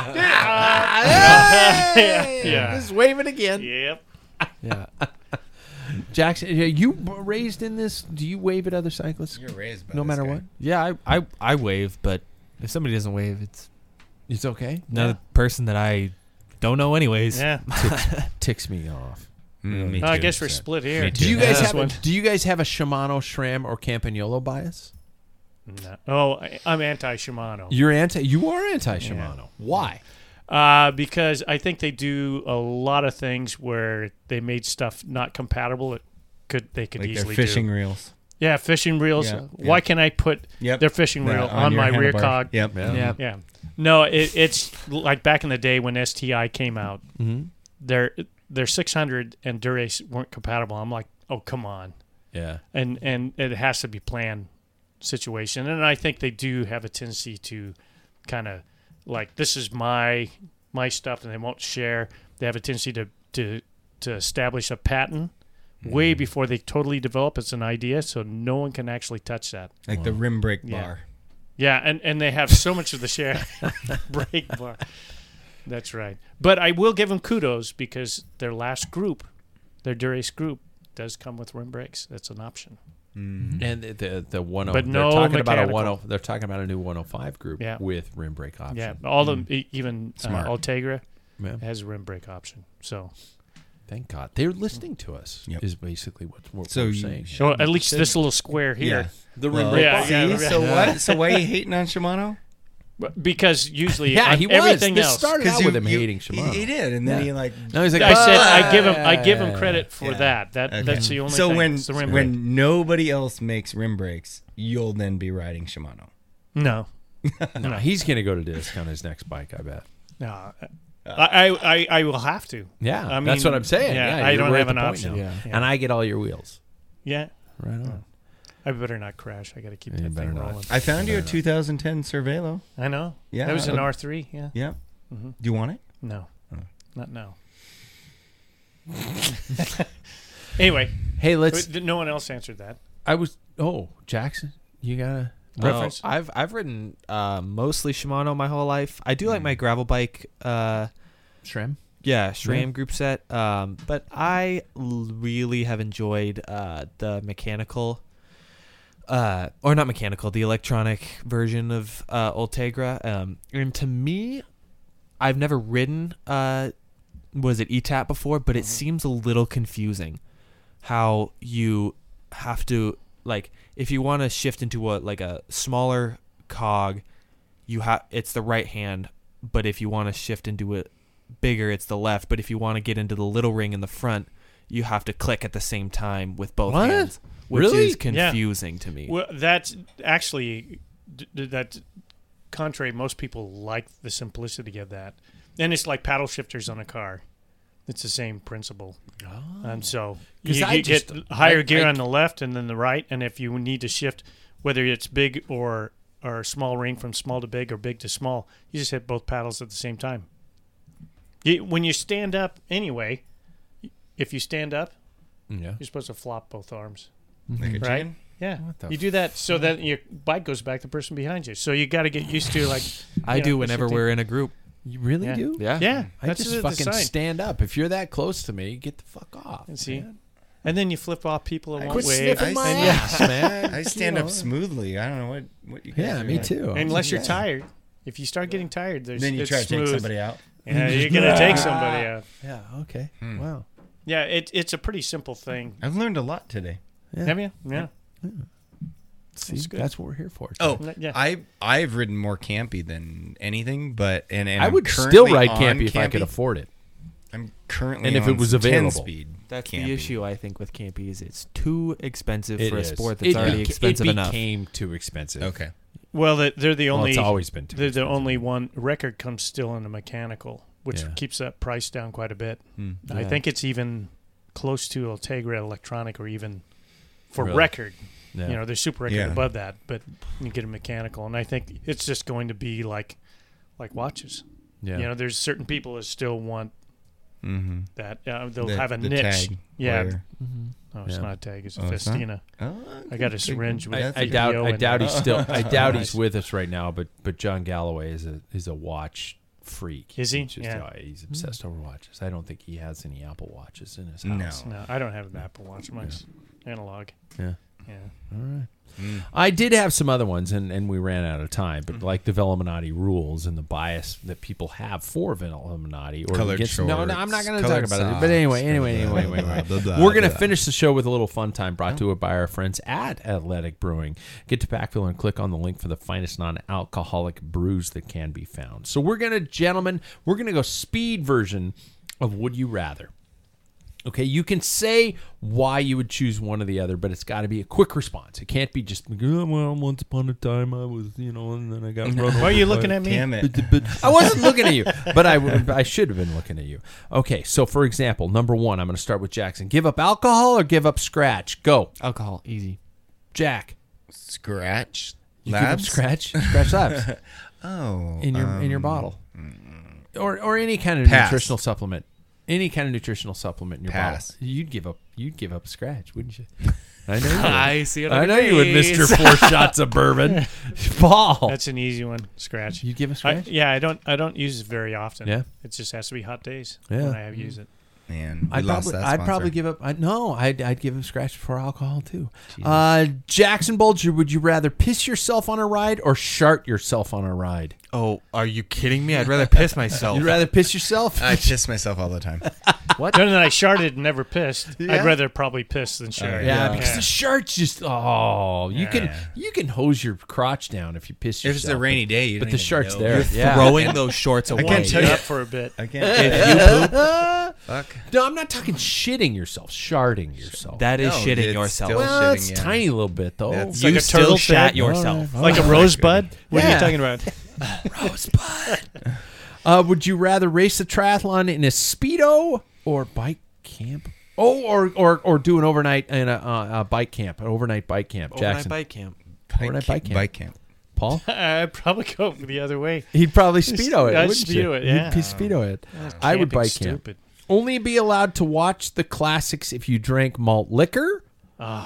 D: Uh, yeah.
B: Just waving again.
D: Yep.
B: Yeah. Jackson, are you b- raised in this? Do you wave at other cyclists?
C: You're raised by
B: No
C: this
B: matter
C: guy.
B: what?
F: Yeah, I, I I wave, but if somebody doesn't wave, it's
B: It's okay.
F: another person that I don't know, anyways.
D: Yeah.
B: Ticks me off.
C: Mm, me
D: I
C: too.
D: guess we're
C: So-
D: split here.
C: Me too.
B: Do you guys
D: Yeah.
B: have? a- do you guys have a Shimano, Shram, or Campagnolo bias?
D: No. Oh, I, I'm anti Shimano.
B: You're anti. You are anti Shimano. Why?
D: Uh, because I think they do a lot of things where they made stuff not compatible. It could they could
C: like their
D: easily
C: fishing
D: do.
C: reels.
D: Yeah, fishing reels.
C: Yeah,
D: Why
C: yeah.
D: can I put
C: Yep.
D: their fishing
C: That
D: reel on, my
C: your
D: rear
C: handlebar.
D: cog?
C: Yep.
F: Yeah.
D: Um, Yeah. No, it, it's like back in the day when STI came out,
C: Mm-hmm.
D: their their 600 and Durace weren't compatible. I'm like, oh come on,
B: Yeah.
D: and and it has to be planned situation. And I think they do have a tendency to kind of like this is my my stuff, and they won't share. They have a tendency to to to establish a pattern way before they totally develop it's an idea so no one can actually touch that
C: Like the rim brake
D: Yeah.
C: bar.
D: yeah, and, and they have so much of the share break bar. That's right. But I will give them kudos because their last group, their Durace group, does come with rim brakes. That's an option.
B: And the the, the one oh,
D: But
B: they're
D: no
B: talking about a
D: mechanical.
B: one oh they're talking about a new 105 group
D: Yeah.
B: with rim brake option.
D: Yeah, all the e- even uh,
C: Smart.
D: Altegra
B: Yeah.
D: has a rim brake option. So,
B: Thank God they're listening to us.
C: Yep.
B: Is basically what, what
C: So
B: we're
C: you-
B: saying. Uh,
D: so at least this little square here,
B: The
C: Well,
D: brake bar. Yeah,
C: see,
D: yeah.
C: so what? So why are you hating on Shimano?
D: b- because usually
B: Yeah,
D: on
B: he was.
D: everything
B: This
D: else.
B: started out
C: you-
B: with him
C: you-
B: hating Shimano.
C: He, he did, and then
B: Yeah.
C: he like.
B: No, he's like
D: I said
B: "But-"
D: I give him I give him credit for
C: Yeah.
D: that. That
C: Okay.
D: that's the only
C: so
D: thing.
C: when
D: It's the rim
C: when
D: brake.
C: nobody else makes rim brakes, you'll then be riding Shimano.
D: no
B: No, he's gonna go to disc on his next bike. I bet.
D: no. I, I, I- I will have to.
B: Yeah,
D: I
B: that's
D: mean,
B: what I'm saying.
D: Yeah,
B: Yeah,
D: I
B: you're
D: don't
B: right
D: have
B: at
D: an
B: the point
D: option.
B: now.
D: Yeah.
B: And I get all your wheels.
D: Yeah,
B: Right on.
D: I better not crash. I got to keep
B: You
D: that
B: better
D: thing
B: not.
D: rolling.
C: I found you a 2010 Cervelo.
D: I know.
C: Yeah,
D: that was an
C: uh,
D: R three. Yeah.
C: Yep.
D: Mm-hmm.
C: Do you want it?
D: No, not now. anyway,
B: Hey, let's.
D: wait, no one else answered that.
B: I was. Oh, Jackson, you gotta.
D: Reference?
F: I've I've ridden uh, mostly Shimano my whole life. I do like my gravel bike. Uh,
B: Shrim.
F: yeah, SRAM group set. Um, but I l- really have enjoyed uh, the mechanical, uh, or not mechanical, the electronic version of uh, Ultegra. Um, and to me, I've never ridden uh, was it E ETAP before, but it seems a little confusing how you have to like if you want to shift into a like a smaller cog, you have it's the right hand, but if you want to shift into a bigger, it's the left. But if you want to get into the little ring in the front, you have to click at the same time with both
B: What?
F: hands, which
B: Really?
F: is
D: Yeah.
F: confusing to me.
D: Well, that's actually d- d- that. Contrary, most people like the simplicity of that, and it's like paddle shifters on a car. It's the same principle. And so
B: Ah. 'Cause
D: you,
B: I
D: you
B: just-
D: get higher
B: I-
D: gear
B: I-
D: on the left and then the right, and if you need to shift, whether it's big or or small ring from small to big or big to small, you just hit both paddles at the same time. You, when you stand up, anyway, if you stand up,
B: Yeah.
D: you're supposed to flop both arms,
C: Like a
D: right?
C: chicken?
D: Yeah,
B: the
D: you do that so that your bike goes back the person behind you. So you got to get used to like.
F: I
D: you know,
F: do whenever
D: shifting.
F: we're in a group.
B: You really
D: Yeah.
B: do?
F: Yeah.
D: Yeah,
B: I
D: that's
B: just
D: the
B: fucking
D: sign.
B: stand up. If you're that close to me, get the fuck off.
D: And see,
B: man.
D: and then you flip off people and won't
B: Quit
D: wave.
B: sniffing my
D: and-
B: ass, man.
C: I stand up smoothly. I don't know what what you. guys
B: Yeah,
C: are
B: me
C: like.
B: too.
D: Unless you're
B: Yeah.
D: tired. If you start getting tired, there's
C: Then you
D: it's
C: try to
D: smooth.
C: take somebody out.
D: Yeah, you're gonna take somebody out.
E: Yeah. Okay.
B: Hmm.
E: Wow.
D: Yeah, it, it's a pretty simple thing.
C: I've learned a lot today.
E: Yeah.
D: Have you? Yeah.
B: See, that's,
D: That's good.
B: what we're here for.
C: Oh,
D: Yeah.
C: I I've ridden more campy than anything, but and, and
B: I
C: I'm
B: would
C: currently
B: still ride
C: on
B: campy if I could afford it.
C: I'm currently
B: and if
C: on
B: it was
C: some
B: available.
C: 10 speed.
F: That's
C: campy.
F: the issue I think with campy is it's too expensive
B: It
F: for a
B: is.
F: sport that's
B: It
F: already
B: beca-
F: expensive
B: it
F: enough.
B: became too expensive.
C: Okay.
D: Well, they- they're the
B: Well,
D: only.
B: it's always been too
D: They're the
B: expensive.
D: only one record comes still in a mechanical, which
B: Yeah.
D: keeps that price down quite a bit.
C: Hmm.
D: I
F: Yeah.
D: think it's even close to Altegra Electronic, or even for
B: Really?
D: record.
B: Yeah.
D: You know, there's super record
C: Yeah.
D: above that, but you get a mechanical, and I think it's just going to be like, like watches.
B: yeah.
D: You know, there's certain people that still want
C: Mm-hmm.
D: that. Uh, they'll
C: The-
D: have a
C: the
D: niche.
C: tag
D: yeah.
C: player.
B: Mm-hmm.
D: No, it's
B: Yeah.
D: not a tag. It's a
C: Oh, it's not?
D: Festina.
C: Oh,
D: I got a syringe with
C: That's
B: I
C: a-
B: doubt.
D: PPO
B: I
D: and-
B: doubt he's still. I doubt
D: Nice.
B: he's with us right now. But but John Galloway is a is a watch freak.
D: Is he?
B: He's just,
D: Yeah.
B: uh, he's obsessed over watches. I don't think he has any Apple watches in his
C: No.
B: house.
D: No, I don't have an Apple Watch. Mine's analog.
B: Oh. Yeah.
D: Yeah.
B: All right. I did have some other ones, and, and we ran out of time. But like the Velominati rules and the bias that people have for Velominati, or
C: Colored
B: against- no, no, I'm not going to talk
C: shorts,
B: about it.
C: colored
B: But anyway,
C: socks,
B: anyway,
C: blah,
B: anyway,
C: blah,
B: anyway,
C: blah, blah,
B: we're going to
C: blah.
B: finish the show with a little fun time brought to it by our friends at Athletic Brewing. Get to Packville and click on the link for the finest non-alcoholic brews that can be found. So we're going to, gentlemen, we're going to go speed version of Would You Rather. Okay, you can say why you would choose one or the other, but it's got to be a quick response. It can't be just like, "Oh, well, once upon a time I was, you know, and then I got run over.
D: Why are you looking at me?
C: Damn it.
B: I wasn't looking at you, but I, w- I should have been looking at you. Okay, so for example, number one, I'm going to start with Jackson. Give up alcohol or give up scratch? Go,
F: Alcohol, easy.
B: Jack.
C: Scratch.
B: You
C: labs?
B: Give up scratch, scratch labs
C: Oh.
B: in your in your bottle, or or any kind of
C: Pass.
B: nutritional supplement. Any kind of nutritional supplement in your
C: Pass.
B: bottle, you'd give up. You'd give up scratch, wouldn't you? I know. You would.
F: I see what
B: I know you would, Mister
F: means.
B: Four Shots of Bourbon. Paul,
D: That's an easy one. Scratch.
B: you give a
D: I,
B: scratch.
D: yeah, I don't. I don't use it very often.
B: Yeah.
D: It just has to be hot days
B: Yeah. Mm.
D: when I have used it.
C: Man, we
B: I'd
C: lost
B: probably,
C: that
B: I'd probably
C: sponsor.
B: give up. I, no, I'd, I'd give up scratch for alcohol too. Uh, Jackson Bulger, would you rather piss yourself on a ride or shart yourself on a ride?
F: Oh, are you kidding me? I'd rather piss myself.
B: You'd rather piss yourself.
C: I piss myself all the time.
D: What? No, no, I sharded and never pissed.
B: Yeah.
D: I'd rather probably piss than shard.
B: Yeah,
C: Yeah.
B: because the shirt's just oh, you can you can hose your crotch down if you piss
C: If
B: yourself.
C: it's a rainy day, you
B: but,
C: don't
B: the
C: even
B: shirt's
C: know.
B: there. yeah.
F: Throwing those shorts away.
C: can't tell
D: Shut
C: you-
D: up for a bit.
C: I can't.
F: If you poop,
C: Fuck.
B: No, I'm not talking shitting yourself, sharding yourself.
F: that is
C: No,
F: shitting
C: it's
F: yourself.
C: still-
B: well, it's
C: shitting, yeah.
B: tiny little bit though.
C: That's-
F: you
D: like a
F: still
D: turtle
F: shat
D: shit.
F: yourself.
D: Like
B: Oh
D: a rosebud? What are
B: Yeah.
D: you talking about?
B: Uh, would you rather race a triathlon in a speedo or bike camp? Oh, or or or do an overnight in a, uh, a bike camp, an overnight bike camp.
F: Overnight
B: Jackson,
F: bike camp.
B: Or that bike camp.
C: Bike camp.
B: Paul,
D: I'd probably go the other way.
B: he'd probably speedo it.
D: I'd
B: wouldn't you?
D: Speedo it, yeah.
B: You'd be speedo it. I would
D: Camping's
B: bike camp.
D: Stupid.
B: Only be allowed to watch the classics if you drank malt liquor,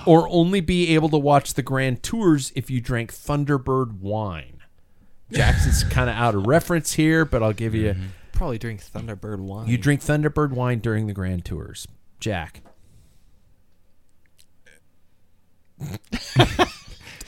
B: or only be able to watch the grand tours if you drank Thunderbird wine. Jackson's kind of out of reference here, but I'll give you.
F: Probably drink Thunderbird wine.
B: You drink Thunderbird wine during the grand tours, Jack.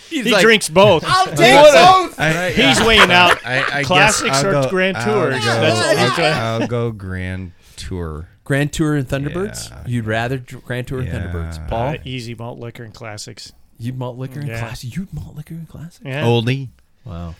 D: He drinks both.
C: I,
D: He's weighing out.
C: I, I
D: Classics
C: guess
D: or
C: I'll go,
D: Grand Tours?
C: I'll go,
D: That's all he's got.
C: I'll, I'll go Grand Tour.
B: Grand Tour and Thunderbirds.
C: Yeah.
B: You'd rather dr- Grand Tour and
C: Yeah.
B: Thunderbirds. Paul,
D: Uh, easy malt liquor and classics.
B: you'd malt liquor and
D: Yeah.
B: classic. You'd malt liquor and classic.
D: Yeah. Old,
C: Oldie.
B: Wow.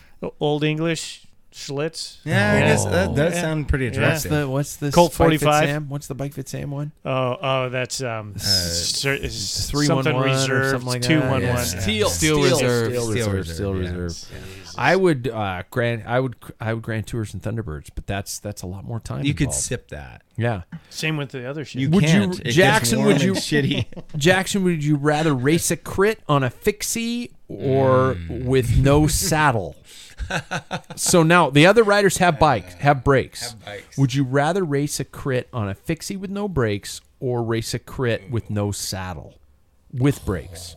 D: English, Schlitz.
C: Yeah,
B: Oh.
C: it is- that does
D: Yeah.
C: sound pretty
B: What's
C: attractive.
B: the what's this?
D: Colt
B: Bike Fit
D: 45?
B: Sam? What's the Bike Fit Sam one?
D: Oh, oh, that's um, cer- is
B: Uh, Three one
D: something
B: one
D: reserved,
B: or something like
D: two
B: that.
D: one
B: Yeah.
D: one.
F: Steel- Steel Reserve.
B: Steel
C: Steel
B: reserve. Steel
C: Reserve, yeah.
B: reserve. I would uh, grand. I would. I would grand tours and Thunderbirds, but that's that's a lot more time.
C: you could
B: involved.
C: sip that.
B: Yeah.
D: Same with the other shit.
C: You
B: Would you-
C: can't. It gets
B: Jackson,
C: warm
B: would you-
C: and Shitty.
B: Jackson, would you rather race a crit on a fixie or with no saddle? so now the other riders have bikes, have brakes.
C: bikes.
B: Would you rather race a crit on a fixie with no brakes or race a crit with no saddle with brakes?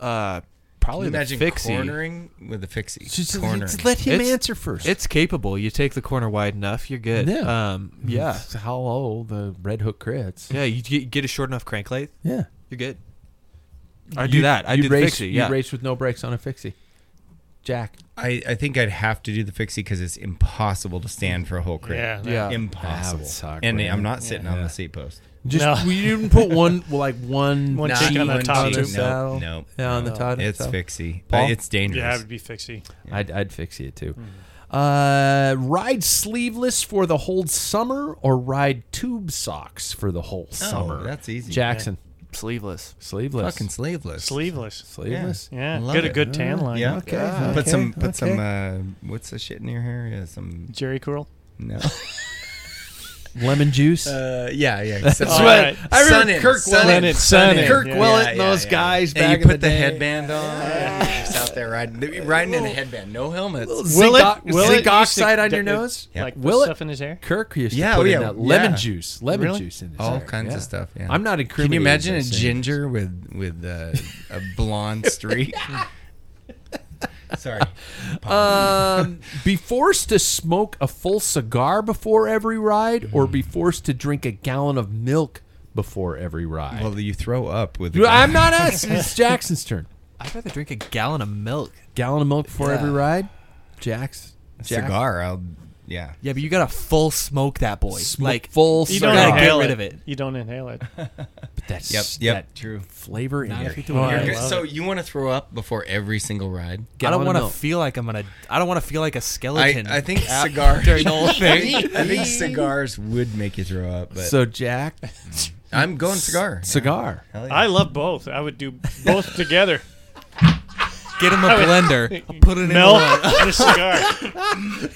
F: Uh,
C: Can
F: probably
C: you
F: the
C: imagine
F: fixie.
C: cornering with a fixie.
B: Just,
C: cornering.
B: just let him
F: It's-
B: answer first.
F: It's capable. You take the corner wide enough, you're good.
B: Yeah. Mm-hmm.
F: Um, yeah.
B: how old the red hook crits?
F: Yeah. You get, get a short enough crank lathe,
B: Yeah,
F: you're good. I do that. I
B: you
F: do the
B: race,
F: fixie.
B: you
F: Yeah.
B: race with no brakes on a fixie. Jack.
C: I, I think I'd have to do the fixie because it's impossible to stand for a whole crate.
B: Yeah, that- Yeah. That
C: impossible.
B: would suck,
C: and
B: wouldn't
C: I'm
B: it?
C: not sitting
B: Yeah.
C: on the seat post.
B: Just we didn't put one well, like one,
C: One cheek
B: cheek
C: on the top
B: of
C: of
B: the
C: the
B: saddle.
C: saddle. Nope.
B: Yeah, on the
C: No.
B: top. of the
C: It's
B: saddle.
C: fixie.
B: Paul?
C: It's dangerous.
D: Yeah, it would be fixie.
B: I'd I'd fix it too.
C: Mm.
B: Uh, ride sleeveless for the whole summer, or ride tube socks for the whole summer.
C: Oh, that's easy.
B: Jackson,
F: Sleeveless.
B: sleeveless,
C: Fucking sleeveless.
D: Sleeveless.
B: Sleeveless?
D: Yeah.
C: I love
D: Get a
C: it.
D: good tan
C: Yeah.
D: line.
C: Yeah.
D: Okay, Yeah.
C: Put
D: okay,
C: some. Put some. Uh,
D: okay.
C: what's the shit in your hair? Yeah, some
D: Jerry curl.
C: No.
B: lemon juice.
C: Uh, yeah, yeah.
B: That's
C: sun-
B: what- I remember
C: sun in,
B: Kirk
C: sun
B: Willett-
C: in,
B: Sun in, Kirk
C: yeah,
B: Willett
C: yeah,
B: and those
C: yeah, yeah.
B: guys
C: And
B: back
C: you
B: in
C: put
B: the
C: the,
B: day.
C: headband on. Just out there riding, riding in a headband, no helmets.
B: Will it, zinc oxide on your nose?
D: Like
B: Will
D: put
B: it-
D: stuff in his hair?
B: Kirk used to
C: Yeah,
B: put
C: oh,
B: in
C: yeah,
B: that lemon
C: yeah.
B: juice, lemon
C: Really?
B: juice in his
C: all
B: hair,
C: kinds
B: yeah.
C: of stuff. Yeah,
B: I'm not incriminating.
C: Can you imagine a
B: those things.
C: ginger with with uh, a blonde streak? Sorry.
B: Um, be forced to smoke a full cigar before every ride, or be forced to drink a gallon of milk before every ride.
C: Well, you throw up with.
B: Dude, I'm not us. It's Jackson's turn.
F: I'd rather drink a gallon of milk.
B: Gallon of milk before
F: Yeah.
B: every ride. Jax. Jack?
C: cigar. I'll. Yeah.
F: Yeah, but you gotta full smoke that boy.
B: Smoke
F: like
B: full
F: you
B: cigar.
F: gotta get
D: inhale
F: rid of it.
D: You don't inhale it.
B: But that's
C: Yep, yep.
B: that
C: True.
B: flavor in
F: Not
B: your
F: if you do it.
B: hair.
D: I
C: You're-
D: love
C: so you want to throw up before every single ride?
F: I
B: Gallon
F: don't
B: of
F: want to
B: milk.
F: feel like I'm gonna. I don't want to feel like a
C: I,
F: skeleton.
C: I think
F: out
C: cigar
F: during the whole thing.
C: I think cigars would make you throw up, but
B: So Jack,
C: I'm going cigar. yeah.
B: cigar.
C: Hell yeah.
D: I love both. I would do both together.
F: Get him a blender. Put it
D: Milk
F: in. one.
D: and a cigar.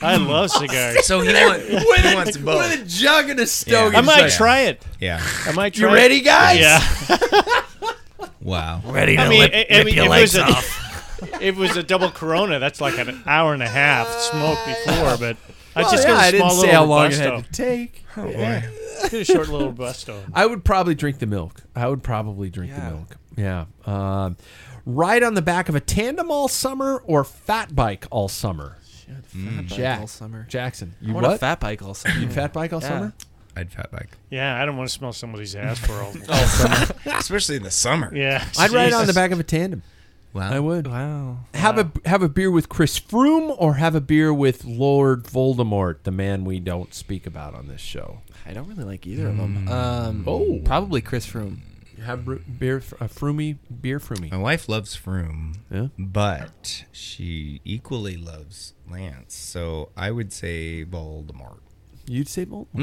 D: I love cigars.
C: So he, want, he wants both.
B: jug and a
C: stogie.
D: I might
C: Yeah.
D: try it.
C: Yeah.
D: I might
B: You
D: try
B: ready,
D: it.
B: guys?
D: Yeah.
C: Wow.
F: Ready to
D: I mean,
F: lip,
D: I- I
F: rip
D: mean,
F: your
D: it
F: legs
D: was a-
F: off.
D: If it was a double Corona, that's like an hour and a half smoke before, but I
B: Uh, Well,
D: just
B: yeah,
D: got a
B: I didn't
D: small
B: say
D: little
B: how long it
D: robusto.
B: had to take.
C: Oh,
D: Did a short little robusto.
B: I would probably drink the milk. I would probably drink the milk. Yeah. Um, ride on the back of a tandem all summer or fat bike all summer. Mm. Jack,
F: all summer.
B: Jackson,
F: I
B: you
F: want a
B: what?
F: fat bike also.
B: fat bike all
F: Yeah.
B: summer?
C: I'd fat bike.
D: Yeah, I don't want to smell somebody's ass for all.
C: Especially in the summer.
D: Yeah.
B: I'd ride on the
D: Jesus.
B: back of a tandem.
C: Wow.
B: I would.
F: Wow.
B: Have a have a beer with Chris Froome or have a beer with Lord Voldemort, the man we don't speak about on this show.
F: I don't really like either of them. Um, oh, probably Chris Froome.
B: Have br- beer fr- uh, Froomey beer Froomey.
F: Oh.
C: My wife loves Froome,
B: Yeah.
C: but she equally loves Lance. So I would say Voldemort.
B: You'd say Voldemort,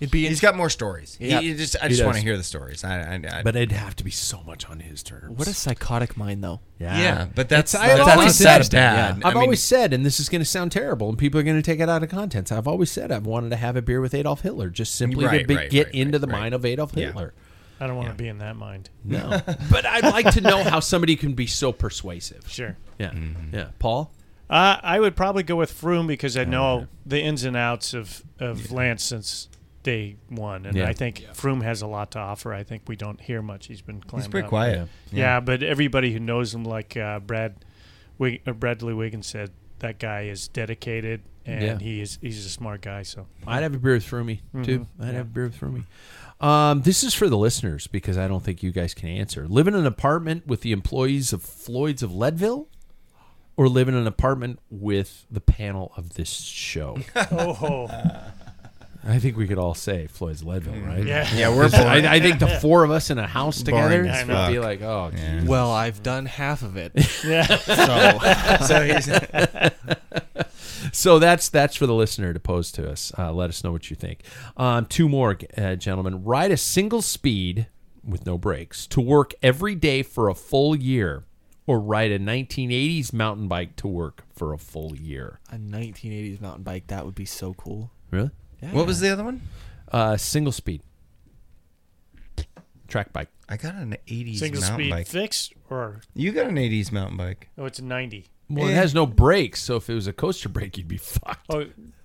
F: It'd be
C: He's got more stories. He-
F: Yeah.
C: he just, I
B: He
C: just
B: does.
C: want to hear the stories. I, I, I,
B: but it'd have to be so much on his terms.
F: what a psychotic mind though.
C: yeah. but that's
B: It's- I've
C: that's,
B: always
C: that's not
B: said-
C: bad.
B: I've
C: I mean,
B: always said, and this is going to sound terrible, and people are going to take it out of context. I've always said I've wanted to have a beer with Adolf Hitler, just simply to
C: Right,
B: be,
C: right,
B: get
C: right,
B: into
C: right,
B: the
C: right.
B: mind of Adolf
C: Yeah.
B: Hitler.
D: I don't want to be in that mind.
B: No, but I'd like to know how somebody can be so persuasive.
D: Sure.
B: Yeah,
C: Mm-hmm.
B: yeah. Paul,
D: Uh, I would probably go with Froome because I know the ins and outs of, of Lance since day one, and
B: Yeah.
D: I think Froome has a lot to offer. I think we don't hear much. He's been clammed
C: he's pretty
D: up.
C: quiet.
D: Yeah. but everybody who knows him, like uh, Brad, Wig- uh, Bradley Wiggins said, that guy is dedicated and
B: Yeah.
D: he is he's a smart guy. So
B: I'd have a beer with Froomey too. I'd have a beer with Froomey. Um, this is for the listeners because I don't think you guys can answer. Live in an apartment with the employees of Floyd's of Leadville, or live in an apartment with the panel of this show.
D: oh
B: I think we could all say Floyd's Leadville, right?
D: yeah,
C: Mm-hmm. Yeah, we're both.
B: I, I think the four of us in a house together
C: Boring as
B: would be
C: fuck.
B: like, oh,
C: Yeah.
F: Well, I've done half of it.
D: yeah.
C: so he's,
B: geez. so that's that's for the listener to pose to us. Uh, let us know what you think. Um, two more, uh, gentlemen. Ride a single speed with no brakes to work every day for a full year, or ride a 1980s mountain bike to work for a full year.
F: a 1980s mountain bike that would be so cool.
B: Really?
C: what was the other one?
B: Uh, single speed track bike.
C: I got an 80s
D: Single
C: mountain
D: speed
C: bike.
D: fixed or
C: You got an 80s mountain bike.
D: oh, it's ninety.
B: Well, it has no brakes, so if it was a coaster brake, you'd be fucked.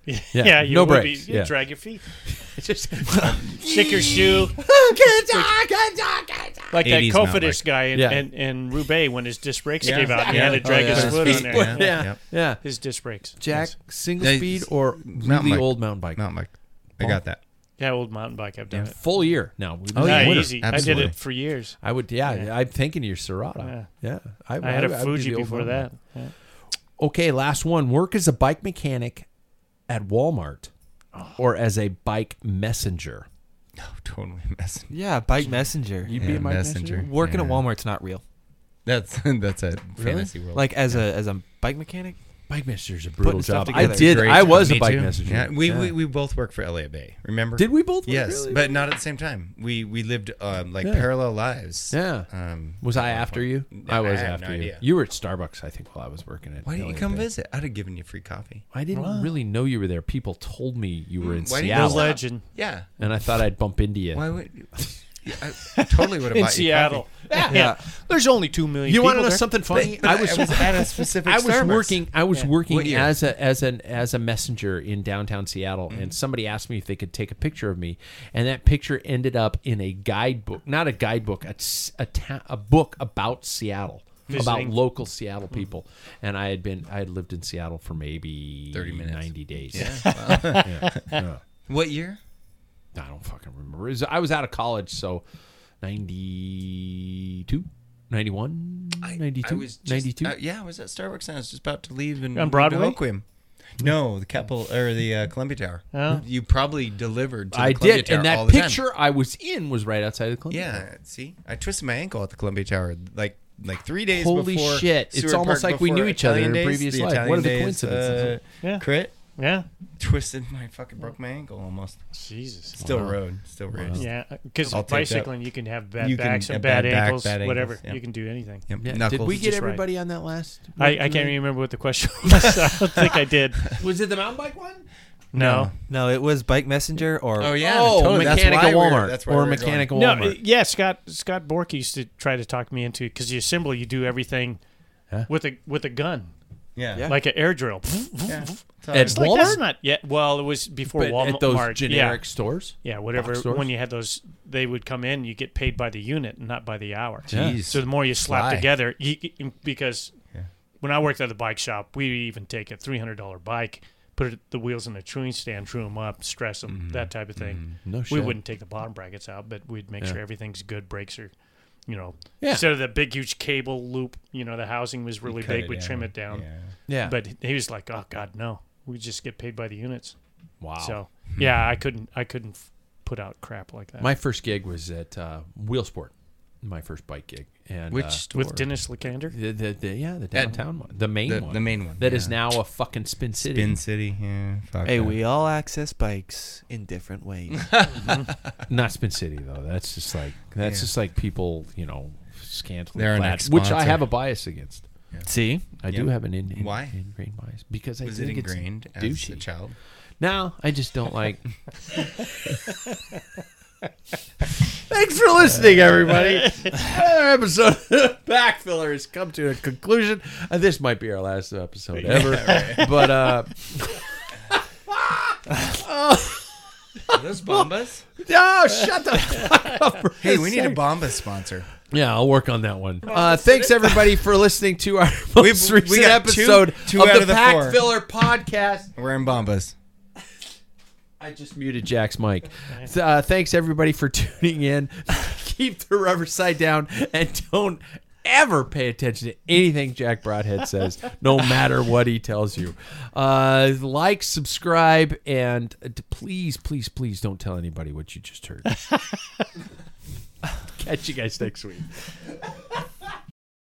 D: Oh. Yeah, you
B: no
D: would
B: brakes,
D: Be,
B: yeah.
D: you drag your feet, shake your shoe, like that
C: 80s mountain
D: Kofidis
C: bike.
D: guy in,
B: Yeah.
D: in, in Roubaix when his disc brakes
C: Yeah.
D: gave out, and he
C: Yeah.
D: had to
C: Oh,
D: drag
F: yeah.
D: his
F: His
D: foot
C: feet.
D: on it.
C: Yeah.
B: yeah, yeah.
D: His disc brakes.
B: Jack,
D: Yes.
B: single
C: Yeah,
B: speed
C: it's-
B: or
C: mountain
B: really
C: bike.
B: old mountain bike? Oh.
C: Mountain bike. I
B: Paul?
C: got that.
D: Yeah, old mountain bike. I've done it.
B: Full year now. We-
C: Oh,
D: yeah,
C: yeah, winter.
D: easy. I
C: Absolutely.
D: did it for years.
B: I would. Yeah, I'm thinking your Serrata. Yeah,
D: Yeah.
B: I,
D: I had
B: a
D: a Fuji before that. Yeah.
B: Okay, last one. Work as a bike mechanic at Walmart
C: Oh.
B: or as a bike messenger.
C: No, Oh, totally messenger.
F: Yeah, bike messenger.
B: You'd be a bike messenger?
F: Working at
C: Yeah.
F: Walmart's not real.
C: That's that's it. Fantasy world.
F: Like as a as a bike mechanic.
B: Bike messenger's a brutal
F: Putting
B: job.
F: stuff
B: I
F: together.
B: did.
C: Great
B: I
C: job.
B: was a
C: Me
B: bike
C: too.
B: messenger.
C: Yeah, we, we we both worked for LA Bay. Remember?
B: Did we both work
C: Yes,
B: for LA
C: but not at the same time. We we lived um, like
B: Yeah.
C: parallel lives.
B: Yeah.
C: Um,
B: was I
C: at one
B: after
C: point.
B: you?
C: No,
B: I was
C: have
B: after
C: no
B: you.
C: idea.
B: You were at Starbucks, I think, while I was working at.
C: Why didn't you
B: LA
C: come
B: Bay.
C: visit? I'd have given you free coffee.
B: I didn't
D: Wow.
B: really know you were there. People told me you were in
C: Hmm. Why didn't you
B: Seattle,
C: stop?
D: Legend.
C: Yeah.
B: and I thought I'd bump into you.
C: Why would? I totally would have
D: in
C: bought You
D: Seattle.
C: coffee.
D: Yeah. There's only two million.
B: You
D: people
B: want to know
D: there.
B: something funny?
C: But- but I was at a specific
B: I was
C: Starbucks.
B: working. I was
D: Yeah.
C: What
B: working
C: year?
B: as a as an as a messenger in downtown Seattle,
C: Mm-hmm.
B: and somebody asked me if they could take a picture of me, and that picture ended up in a guidebook, not a guidebook, a s- a, ta- a book about Seattle.
D: Visiting. Hmm.
B: About local Seattle people, and I had been I had lived in Seattle for maybe
C: 30 minutes.
B: ninety days.
C: What year?
B: I don't fucking remember. It was- I was out of college, so 92, 91, 92,
C: I was just,
B: 92.
C: uh, yeah, I was at Starbucks and I was just about to leave and
D: On
C: move to
D: Broadway?
C: Hoquiam.
B: Hmm.
C: No, the Capitol or the uh, Columbia Tower.
D: Oh.
C: You probably delivered. To the
B: I
C: Columbia
B: did,
C: Tower
B: and
C: all
B: that
C: the time.
B: picture I was in was right outside the Columbia. Tower.
C: Yeah, see, I twisted my ankle at the Columbia Tower like like three days.
B: Holy
C: before
B: shit, it's
C: Seward
B: almost
C: Park,
B: like we
C: before
B: knew each other
C: Italian
B: in a
C: days,
B: previous
C: the
B: life.
C: Italian
B: What are the
C: days,
B: coincidences?
C: Uh,
D: Yeah.
C: Crit
D: Yeah.
C: twisted my fucking broke my ankle almost.
D: Jesus.
C: Still rode, still rode.
D: Yeah, because
C: I'll take that.
D: bicycling, you can have bad
C: You can
D: backs and
C: have
D: bad,
C: bad back,
D: ankles,
C: bad ankles,
D: whatever.
C: yeah.
D: You can do anything.
C: Yep.
B: Yeah,
C: Knuckles.
B: Did we get
D: just right.
B: everybody on that last?
D: I, I can't remember what the question was. I don't think I did.
B: Was it the mountain bike one?
D: No.
F: No, it was bike messenger or
C: Oh yeah,
B: oh,
C: totally. That's
B: mechanic
C: why
B: at
C: we were-
B: Walmart
C: that's why
B: or
C: we were
B: mechanic at
D: No,
B: Walmart.
D: uh, yeah, Scott Scott Bork used to try to talk me into because you assemble, you do everything
B: Huh?
D: with a with a gun,
C: Going. Yeah,
D: like an air drill.
C: Yeah.
B: At
D: It's like, that's
B: Walmart?
D: not yet. Well, it was before
B: But
D: Walmart.
B: at those
D: yeah.
B: generic stores.
D: Yeah, whatever.
B: box stores?
D: When you had those, they would come in. You get paid by the unit, and not by the hour.
C: Jeez.
D: So the more you slap
C: Why?
D: together, you, you- because when I worked at the bike shop, we even take a three hundred dollar bike, put it, the wheels in a chewing stand, true them up, stress them, that type of thing.
B: Mm-hmm. No
D: We
B: shit.
D: wouldn't take the bottom brackets out, but we'd make sure everything's good. Brakes are, you know,
B: Yeah.
D: instead of the big huge cable loop, you know, the housing was really
C: Cut
D: big.
C: it
D: We'd trim it down.
C: Yeah.
B: Yeah.
D: But he was like, "Oh God, no! We just get paid by the units."
B: wow. Hmm.
D: So yeah, I couldn't I couldn't f- put out crap like that.
B: My first gig was at uh, Wheelsport. My first bike gig, and
C: Which
B: uh,
C: store?
D: with Dennis Likander.
B: The, the, the, yeah, the downtown one, the main
C: the-
B: one,
C: the main one,
B: that is
C: yeah.
B: now a fucking spin city.
C: Spin City. Yeah. Fuck
F: Hey,
C: that.
F: we all access bikes in different ways.
B: Not spin city though. That's just like that's just like people, you know, scantily
C: They're our
B: clad,
C: next
B: which I
C: sponsor.
B: have a bias against.
F: See,
B: I
C: Yeah.
B: do have an in, in,
C: Why?
B: ingrained bias because I
C: was it
B: think it's
C: ingrained as
B: douchey.
C: a child?
B: Now I just don't like. Thanks for listening, everybody. Another episode of Backfiller has come to a conclusion. Uh, this might be our last episode ever, but uh,
C: Are those Bombas?
B: oh, shut the
C: hey, we need a Bomba sponsor.
B: Yeah, I'll work on that one. Uh, thanks everybody for listening to our most
C: we
B: recent
C: got two-
B: episode
C: two
B: of
C: out
B: the,
C: of the
B: Pack
C: four.
B: Filler podcast.
C: We're in Bombas.
B: I just muted Jack's mic. Uh, thanks everybody for tuning in. Keep the rubber side down and don't ever pay attention to anything Jack Broadhead says, no matter what he tells you. Uh, like, subscribe, and uh, d- please, please, please don't tell anybody what you just heard. Catch you guys next week.